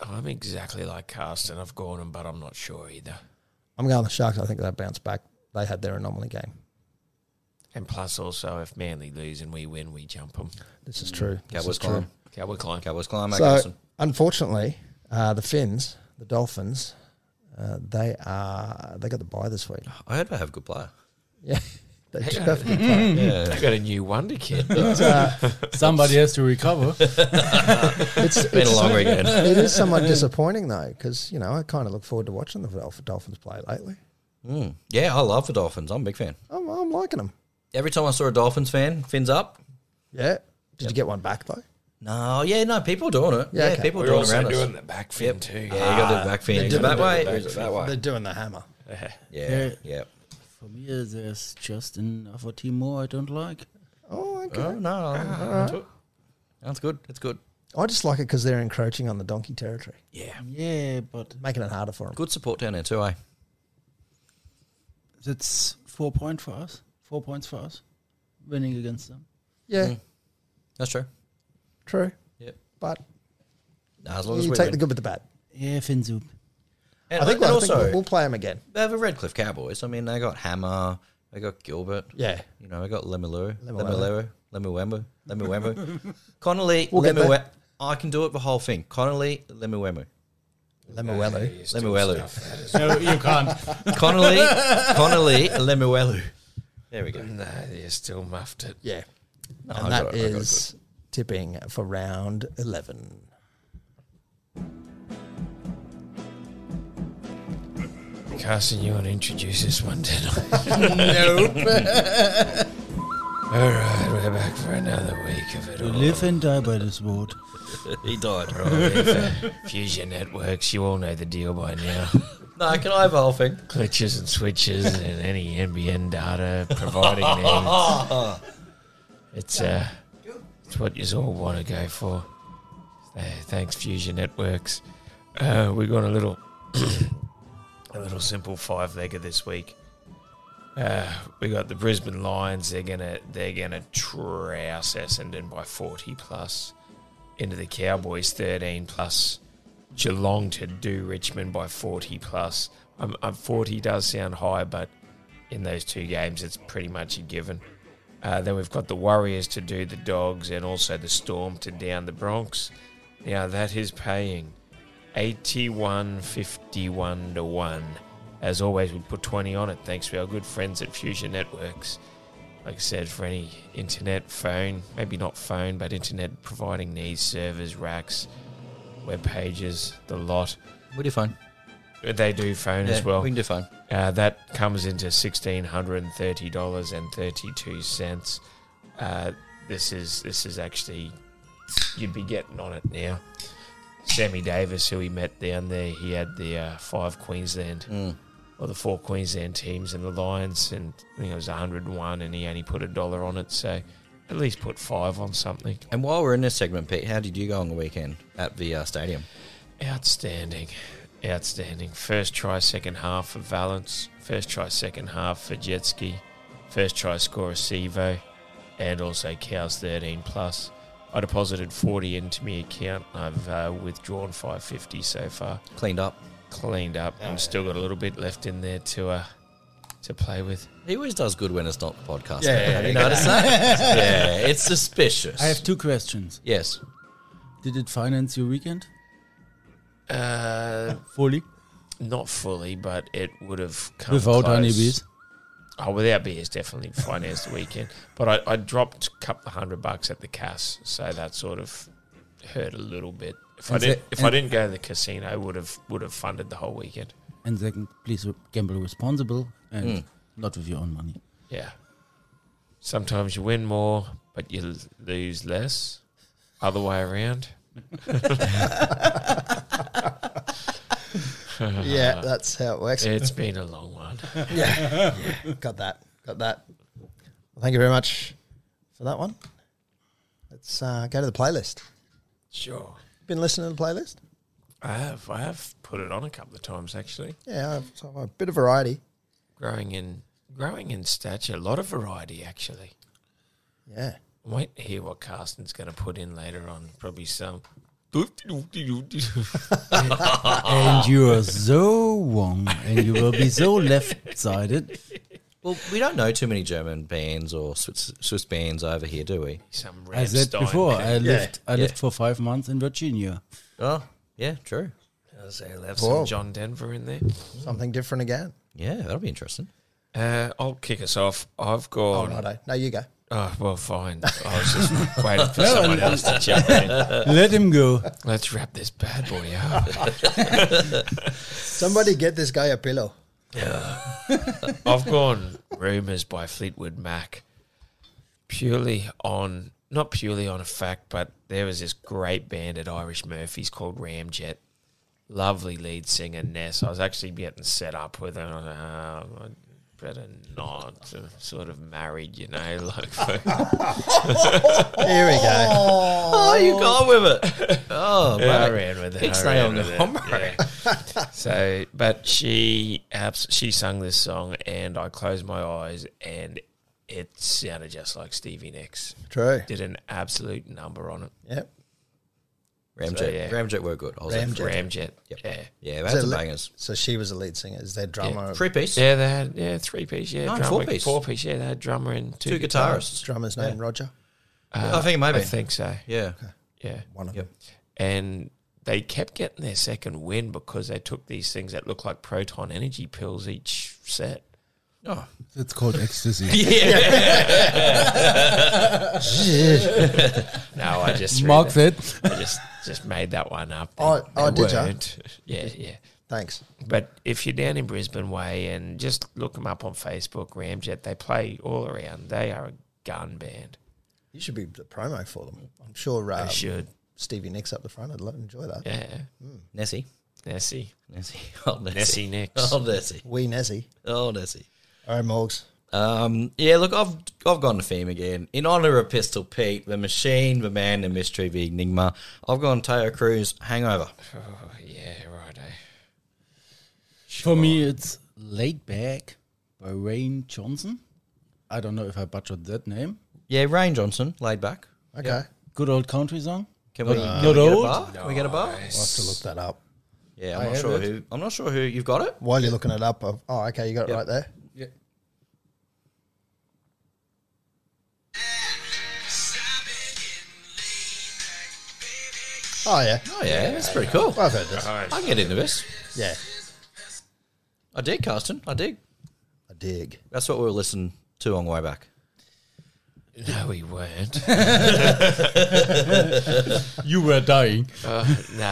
S5: I'm exactly like Carsten. I've gone, and- but I'm not sure either.
S3: I'm going the Sharks. I think they bounce back. They had their anomaly game.
S5: And plus, also, if Manly lose and we win, we jump them.
S3: This
S2: Mm.
S3: is true. This
S2: Cowboys
S3: is
S2: climb.
S3: true.
S5: Cowboy climb.
S2: Cowboys climb. mate,
S3: So,
S2: Carson.
S3: unfortunately, uh, the Finns, the Dolphins, uh, they are they got the bye this week.
S2: I heard they have a good player.
S3: Yeah, they do
S2: uh,
S3: have the bye.
S5: They got a new wonder kid.
S4: Somebody has to recover.
S3: It's,
S2: Been a
S3: it's
S2: long weekend.
S3: it is somewhat disappointing though, because you know I kind of look forward to watching the Dolph- Dolphins play lately.
S2: Mm. Yeah, I love the Dolphins. I'm a big fan.
S3: I'm, I'm liking them.
S2: Every time I saw a Dolphins fan, fins up.
S3: Yeah. Did you get one back though?
S2: No, yeah, no, people are doing it.
S3: Yeah,
S2: Yeah,
S3: okay.
S2: people are
S5: We're
S2: doing it
S5: also
S2: around
S5: doing
S2: us.
S5: the back fin
S2: Yep.
S5: too.
S2: Yeah, you got to do the back fin. Is it that way? Or is it that
S3: They're
S2: way?
S3: doing the hammer.
S2: Yeah, yeah.
S4: For me, uh, there's just another team more I don't like.
S3: Oh, okay.
S2: Oh no, I'll- I'll- that's good. That's good.
S3: I just like it because they're encroaching on the donkey territory,
S2: Yeah,
S4: Yeah, but
S3: making it harder for them.
S2: good support down there too. Eh?
S4: that's four points for us. Four points for us. Winning against them.
S3: Yeah,
S2: That's true.
S3: true.
S2: Yep.
S3: But
S2: Nah, as long as
S3: you
S2: we
S3: take
S2: win.
S3: the good with the bad.
S4: Yeah, Finzoop.
S2: And,
S3: I think,
S2: and
S3: I think
S2: also
S3: we'll, we'll play them again.
S2: they have a Redcliffe Cowboys. I mean, they got Hammer. They got Gilbert.
S3: Yeah.
S2: You know, they got Lemilu.
S3: Lemilu.
S2: Lemilu. Lemiwembu. Lemiwembu. Connolly.
S3: We'll get
S2: Lemiwe- I can do it the whole thing. Connolly. Lemiwembu.
S3: Lemuelu.
S2: Lemuelu.
S4: no, you can't.
S2: Connolly. Connolly. Lemuelu. There we go.
S5: No, you still muffed it.
S3: Yeah.
S2: I
S3: and that
S2: got it, I got it
S3: is tipping for round 11.
S5: Carson, you want to introduce this one, did I?
S4: nope.
S5: All right, we're back for another week of it all.
S4: Live and die by this word.
S2: He died.
S5: Fusion networks, you all know the deal by now.
S2: no, can I have the whole thing?
S5: Glitches and switches and any NBN data providing
S2: Ah,
S5: needs. It's, uh, it's what you all want to go for. So, thanks, Fusion networks. Uh, we got a little, a little simple five legger this week. Uh, we got the Brisbane Lions. They're gonna they're gonna trounce Essendon by forty plus. Into the Cowboys thirteen plus. Geelong to do Richmond by forty plus. Um, um, forty does sound high, but in those two games, it's pretty much a given. Uh, then we've got the Warriors to do the Dogs, and also the Storm to down the Bronx. Now that is paying eighty-one fifty-one to one. As always, we put twenty on it. Thanks to our good friends at Fusion Networks. Like I said, for any internet, phone, maybe not phone, but internet providing needs, servers, racks, web pages, the lot.
S2: We do fine.
S5: They do phone
S2: Yeah,
S5: as well.
S2: We can do fine.
S5: Uh, that comes into sixteen hundred and thirty dollars and thirty two cents. Uh, this is this is actually you'd be getting on it now. Sammy Davis, who we met down there, he had the uh, five Queensland or the four Queensland teams and the Lions, and I think it was one hundred and one, and he only put a dollar on it. So at least put five on something.
S2: And while we're in this segment, Pete, how did you go on the weekend at the uh, stadium?
S5: Outstanding. Outstanding. First try, second half for Valence. First try, second half for Jetski. First try scorer, Sevo. And also Cows 13 plus. I deposited 40 into my account. I've uh, withdrawn 550 so far.
S2: Cleaned up.
S5: Cleaned up. and still got a little bit left in there to uh, to play with.
S2: He always does good when it's not the podcast.
S3: Yeah, yeah,
S2: Have
S3: yeah.
S2: you noticed that? yeah, it's suspicious.
S4: I have two questions.
S2: yes.
S4: Did it finance your weekend?
S5: Uh,
S4: fully
S5: not fully, but it would have come
S4: without
S5: close.
S4: any bees.
S5: Oh, without beers, definitely financed the weekend. But I, I dropped a couple of hundred bucks at the cash, so that sort of hurt a little bit. If I
S4: And
S5: didn't,
S4: the-
S5: if I
S4: and-
S5: didn't go to the casino, would have would have funded the whole weekend.
S4: And second, please re- gamble responsible and
S2: Hmm.
S4: not with your own money.
S5: Yeah. Sometimes you win more, but you l- lose less. Other way around.
S3: yeah, that's how it works.
S5: It's been a long one.
S3: Got that. Got that. Well, thank you very much for that one. Let's uh, go to the playlist.
S5: Sure.
S3: Been listening to the playlist?
S5: I have. I have put it on a couple of times actually.
S3: Yeah, I've- so a bit of variety.
S5: Growing in growing in stature, a lot of variety actually.
S3: Yeah.
S5: Wait to hear what Carsten's going to put in later on. Probably some.
S2: Ah.
S4: and you are so wrong, and you will be so left-sided.
S2: Well, we don't know too many German bands or Swiss, Swiss bands over here, do we?
S5: Some
S4: I said
S5: Rammstein
S4: before, I
S5: band.
S4: lived. I
S2: Yeah.
S4: lived for five months in Virginia.
S2: Oh, yeah, true.
S5: I was gonna have
S3: Whoa.
S5: some John Denver in there.
S3: Something different again.
S2: Yeah, that'll be interesting.
S5: Uh, I'll kick us off. I've
S3: Oh,
S5: got. Oh,
S3: righto. No, you go.
S5: well, fine. I was just waiting for someone else to jump in.
S2: Uh.
S4: Let him go.
S5: Let's wrap this bad boy up.
S3: Somebody get this guy a pillow.
S5: I've gone rumors by Fleetwood Mac, purely on not purely on a fact, but there was this great band at Irish Murphy's called Ramjet. Lovely lead singer Ness. I was actually getting set up with her. and I was like, "Oh, I better not. I'm sort of married, you know, like.
S3: Here we go.
S2: Oh, you got with it. Oh,
S5: Yeah, I
S2: mate.
S5: ran with it.
S2: It's
S5: I ran
S2: nailed
S5: with
S2: it.
S5: it. yeah. so, but she abs- she sung this song, and I closed my eyes, and it sounded just like Stevie Nicks.
S3: True.
S5: Did an absolute number on it.
S3: Yep.
S2: Ramjet.
S5: So, yeah.
S2: Ramjet were good. I was
S3: Ramjet.
S5: Ramjet.
S2: Yep.
S5: Yeah.
S2: Yeah, they had
S3: So
S2: some
S3: li-
S2: bangers.
S3: So she was the lead singer. Is their drummer?
S2: Three piece.
S5: Yeah, they had yeah three piece. Yeah,
S2: No,
S5: drummer,
S2: four-piece.
S5: Four piece. Yeah, they had drummer and two,
S2: Two
S5: guitars.
S2: guitarists.
S3: Drummer's name Roger.
S2: I think it might be.
S5: I think so.
S2: Yeah.
S5: Yeah.
S3: One of
S2: Yep.
S3: them.
S5: and they kept getting their second win because they took these things that look like proton energy pills each set.
S2: Oh,
S4: It's called ecstasy.
S5: No, I just threw
S4: Mark
S5: that-
S4: that.
S5: I just just made that one up.
S3: Oh,
S5: They-
S3: oh,
S5: they
S3: did ya?
S5: weren't. Yeah, yeah.
S3: Thanks.
S5: But if you're down in Brisbane Way and just look them up on Facebook, Ramjet, they play all around. They are a gun band.
S3: You should be the promo for them. I'm sure uh,
S5: They should.
S3: Stevie Nicks up the front. I'd love enjoy that.
S5: Yeah.
S2: Nessie.
S5: Nessie.
S2: Nessie. Oh, Nessie.
S5: Nessie Nicks.
S2: Oh, Nessie.
S3: Wee Nezzy.
S2: Oh, Nessie.
S3: All right, Morgs.
S2: Um, yeah, look, I've I've gone to Fame again in honor of Pistol Pete, the Machine, the Man, the Mystery, the Enigma. I've gone Teo Cruz, Hangover.
S5: Oh, yeah, right.
S4: For me, it's Laid Back by Rain Johnson. I don't know if I butchered that name.
S2: Yeah, Rain Johnson, laid back.
S3: Okay.
S4: Good old country song.
S2: Can we,
S4: Not
S2: can we get a
S4: old.
S2: bar? Can we get a bar?
S3: I'll have to look that up.
S2: Yeah,
S4: I
S2: I'm not
S4: have
S2: sure
S4: it.
S2: who. I'm not sure who you've got it.
S3: While you're looking it up, I've, oh, okay, you got it right there.
S4: Yeah.
S3: Oh, yeah.
S2: Oh yeah, that's pretty cool.
S3: I've heard this.
S2: I can get into this.
S3: Yeah.
S2: I dig, Carsten. I dig.
S3: I dig.
S2: That's what we were listening to on the way back.
S5: No, we weren't.
S4: You were dying.
S5: No,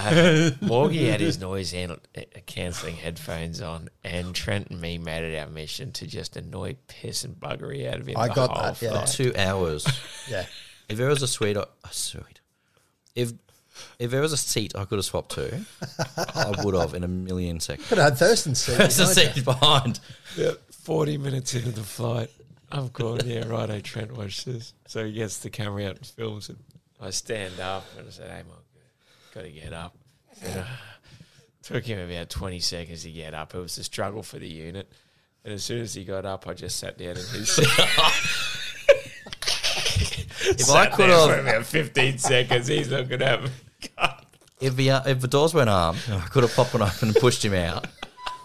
S5: Morgie had his noise an- uh, cancelling headphones on, and Trent and me made it our mission to just annoy piss and buggery out of him.
S3: I
S5: the
S3: got
S5: whole
S3: that, yeah.
S5: flight.
S2: Two hours.
S3: Yeah.
S2: if there was a sweet, a sweet. If if there was a seat I could have swapped to, I would have in a million seconds.
S3: Could have had Thurston's
S2: There's a
S3: seat.
S2: seat behind.
S5: Forty minutes into the flight, I'm going, yeah, righto, Trent, watch this. So he gets the camera out and films it. I stand up and I said, hey, Mark, got to get up. uh, Took him about 20 seconds to get up. It was a struggle for the unit. And as soon as he got up, I just sat down in his seat.
S2: If I could have,
S5: about 15 seconds. He's looking at me.
S2: if the uh, if the doors went armed, and I could have popped one open and pushed him out.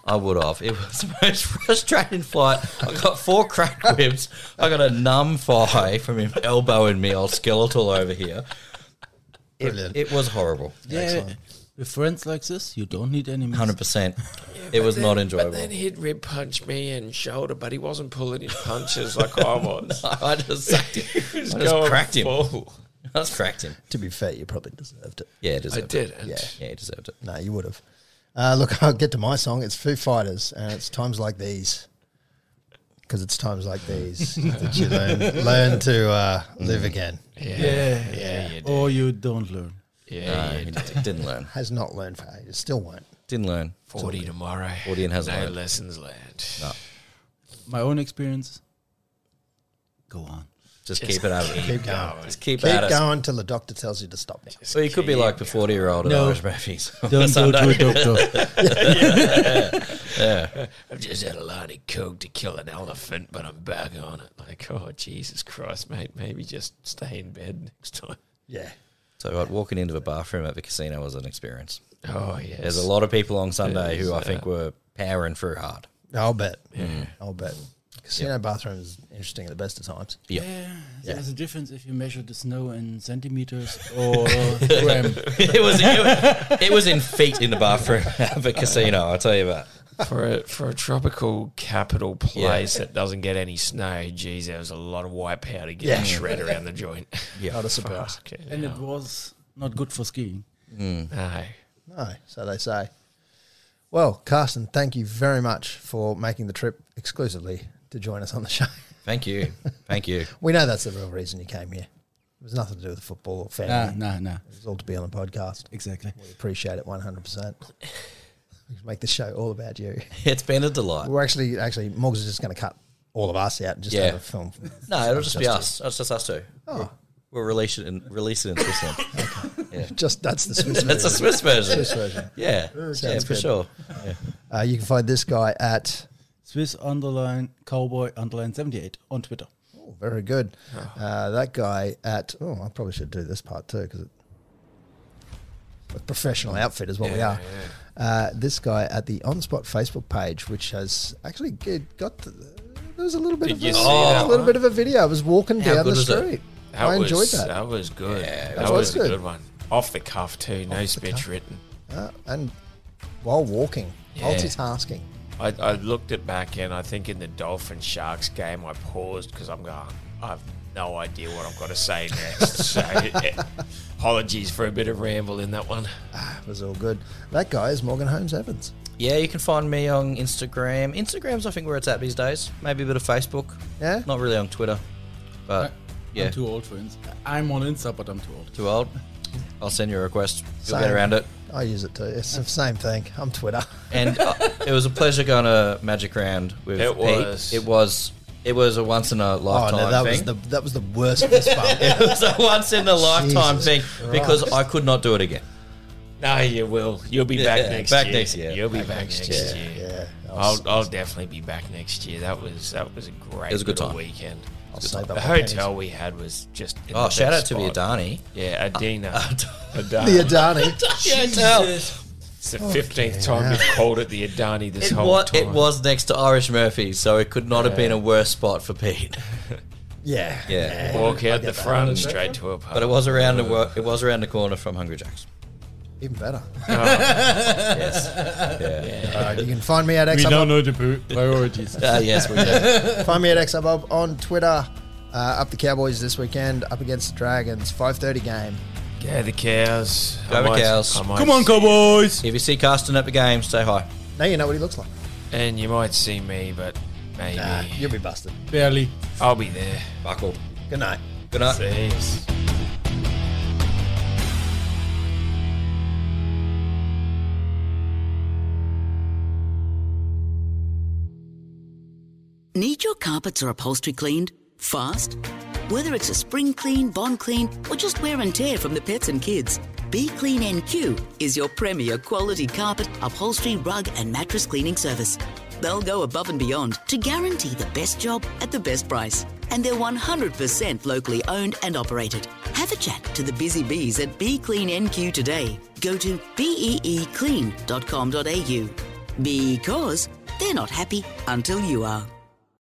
S2: I would have. It was the most frustrating flight. I got four crack ribs. I got a numb thigh from him elbowing me, old skeletal over here.
S3: Brilliant.
S2: It was horrible.
S4: Yeah. With friends like this, you don't need any. mis-
S2: Hundred percent. It was not enjoyable.
S5: But then he'd rib punch me and shoulder, but he wasn't pulling his punches like I was.
S2: I just sucked him.
S5: He was
S2: I just
S5: going
S2: cracked him.
S5: full.
S2: I just cracked him.
S3: To be fair, you probably deserved it.
S2: Yeah, it
S5: I
S2: deserved
S5: did.
S2: it.
S5: And
S3: Yeah.
S2: Yeah, it deserved it.
S3: No, you would have. Uh, look, I'll get to my song. It's Foo Fighters, and it's times like these. Because it's times like these that you learn, learn to uh, live again.
S4: Yeah.
S5: Yeah, you did.
S4: Or you don't learn.
S5: Yeah,
S2: No,
S5: you
S2: he
S5: did.
S2: d- didn't learn.
S3: Has not learned for ages. Still won't.
S2: Didn't learn.
S5: 40 tomorrow.
S2: 40 and hasn't
S5: No
S2: learned.
S5: lessons learned.
S2: No.
S4: My own experience. Go on.
S2: Just, keep it out of it.
S3: Keep going.
S2: Just keep,
S3: Keep
S2: at it.
S3: going till the doctor tells you to stop.
S2: So you could be like the 40 year old at
S4: No.
S2: Irish Murphy's.
S4: Don't go to a doctor.
S5: I've just had a lot of coke to kill an elephant, but I'm back on it. Like, oh, Jesus Christ, mate. Maybe just stay in bed next time.
S3: Yeah.
S2: So right, walking into the bathroom at the casino was an experience.
S5: Oh, yes.
S2: There's a lot of people on Sunday who I
S5: Yes,
S2: think were powering through hard.
S3: I'll bet. I'll bet. Casino bathroom is interesting at the best of times.
S2: Yeah.
S4: There's a difference if you measure the snow in centimeters or gram.
S2: it was it, was in feet in the bathroom at the casino. I'll tell you that.
S5: for a for a tropical capital place that doesn't get any snow, geez, there was a lot of white powder getting
S3: Yeah.
S5: shred around the joint.
S2: Yeah.
S3: Not a surprise.
S5: Okay,
S4: And it was not good for skiing.
S5: no.
S3: No, so they say. Well, Carsten, thank you very much for making the trip exclusively to join us on the show.
S2: Thank you. Thank you.
S3: We know that's the real reason you came here. It was nothing to do with the football or family.
S4: Nah, nah, nah.
S3: It was all to be on the podcast.
S4: Exactly.
S3: We appreciate it 100%. we can make the show all about you.
S2: It's been a delight.
S3: We're actually, actually, Morgs is just going to cut all of us out and just
S2: Yeah.
S3: have a film.
S2: No, it'll just be us. Oh. It's just us two. We'll, we'll release it in release it in Switzerland.
S3: Just that's the Swiss
S2: That's a
S3: version.
S2: Swiss version.
S3: Swiss version.
S2: Yeah. yeah,
S3: sounds
S2: for
S3: good.
S2: sure.
S3: Uh, you can find this guy at
S4: Swiss underline cowboy underline 78 on Twitter.
S3: Oh, very good.
S2: Ah.
S3: Uh, that guy at oh, I probably should do this part too because a professional
S2: Mm.
S3: outfit is what we are. Uh, this guy at the On Spot Facebook page, which has actually g- got the, there was a little bit
S5: Did
S3: of
S5: you
S3: a,
S5: see
S3: a
S5: that
S3: little
S5: one?
S3: bit of a video. I was walking
S2: How
S3: down the
S2: good was it?
S3: street.
S5: That
S3: I
S5: was,
S3: enjoyed that.
S5: That was good. that,
S3: was
S5: was,
S3: good.
S5: a good one. Off the cuff too, no speech written.
S3: Uh, and while walking, multitasking.
S5: I, I looked it back and I think in the Dolphin Sharks game I paused because I'm going, I've no idea what I've got to say next. so eh, apologies for a bit of ramble in that one.
S3: It was all good. That guy is Morgan Holmes Evans.
S2: Yeah, you can find me on Instagram. Instagram's I think where it's at these days. Maybe a bit of Facebook.
S3: Yeah?
S2: Not really on Twitter. But yeah.
S4: I'm too old for Insta. I'm on Insta, but I'm too old.
S2: Too old. I'll send you a request. You'll get around it.
S3: I use it too. It's the same thing. I'm Twitter.
S2: And uh, it was a pleasure going to Magic Round with
S5: It
S2: Pete.
S5: was.
S2: It was. It was a once in a
S3: Oh
S2: lifetime
S3: no, that was
S2: thing.
S3: the that was the worst fist bump.
S2: it was a once in a lifetime
S3: Jesus
S2: thing because
S3: Christ.
S2: I could not do it again.
S5: No, you will. You'll be
S2: Yeah,
S5: back next
S2: back
S5: year.
S2: next year.
S5: You'll be back, next year.
S3: Yeah, I'll
S5: I'll, I'll definitely be back next year. That was that was a great
S2: It was a good
S5: little
S2: time.
S5: weekend.
S3: I'll save up
S5: The
S3: my pennies.
S5: hotel we had was just in
S2: Oh,
S5: the
S2: shout out
S5: best
S2: to the
S5: spot.
S2: Adani.
S5: Yeah, Adina. Adana.
S3: The Adani.
S2: Yeah, it's hell.
S5: It's the fifteenth time we've called it the Adani this
S2: It
S5: whole
S2: was,
S5: time.
S2: it was next to Irish Murphy's, so it could not have been a worse spot for Pete.
S3: yeah.
S2: Yeah.
S5: Walk out the front and straight to a pub.
S2: But it was around the wor- it was around the corner from Hungry Jack's.
S3: Even better.
S2: Yes. Yeah.
S3: All right, you can find me at
S4: We don't
S3: Xbob.
S4: know the pri- priorities.
S2: Uh, yes, we did.
S3: Find me at Xbob on Twitter. Uh, up the Cowboys this weekend. Up against the Dragons. 5:30 game.
S5: Go the cows.
S2: Go
S5: I
S2: the
S5: might-
S2: cows.
S5: I might
S4: Come on,
S5: see-
S4: cowboys!
S2: If you see Carsten at the game, say hi.
S3: Now you know what he looks like.
S5: And you might see me, but maybe
S3: Nah, you'll be busted.
S4: Barely.
S5: I'll be there.
S2: Buckle.
S3: Good night.
S2: Good night.
S5: Thanks.
S1: Need your carpets or upholstery cleaned? Fast? Whether it's a spring clean, bond clean, or just wear and tear from the pets and kids, Be Clean NQ is your premier quality carpet, upholstery, rug, and mattress cleaning service. They'll go above and beyond to guarantee the best job at the best price. And they're 100% locally owned and operated. Have a chat to the busy bees at Be Clean NQ today. Go to beeclean.com.au because they're not happy until you are.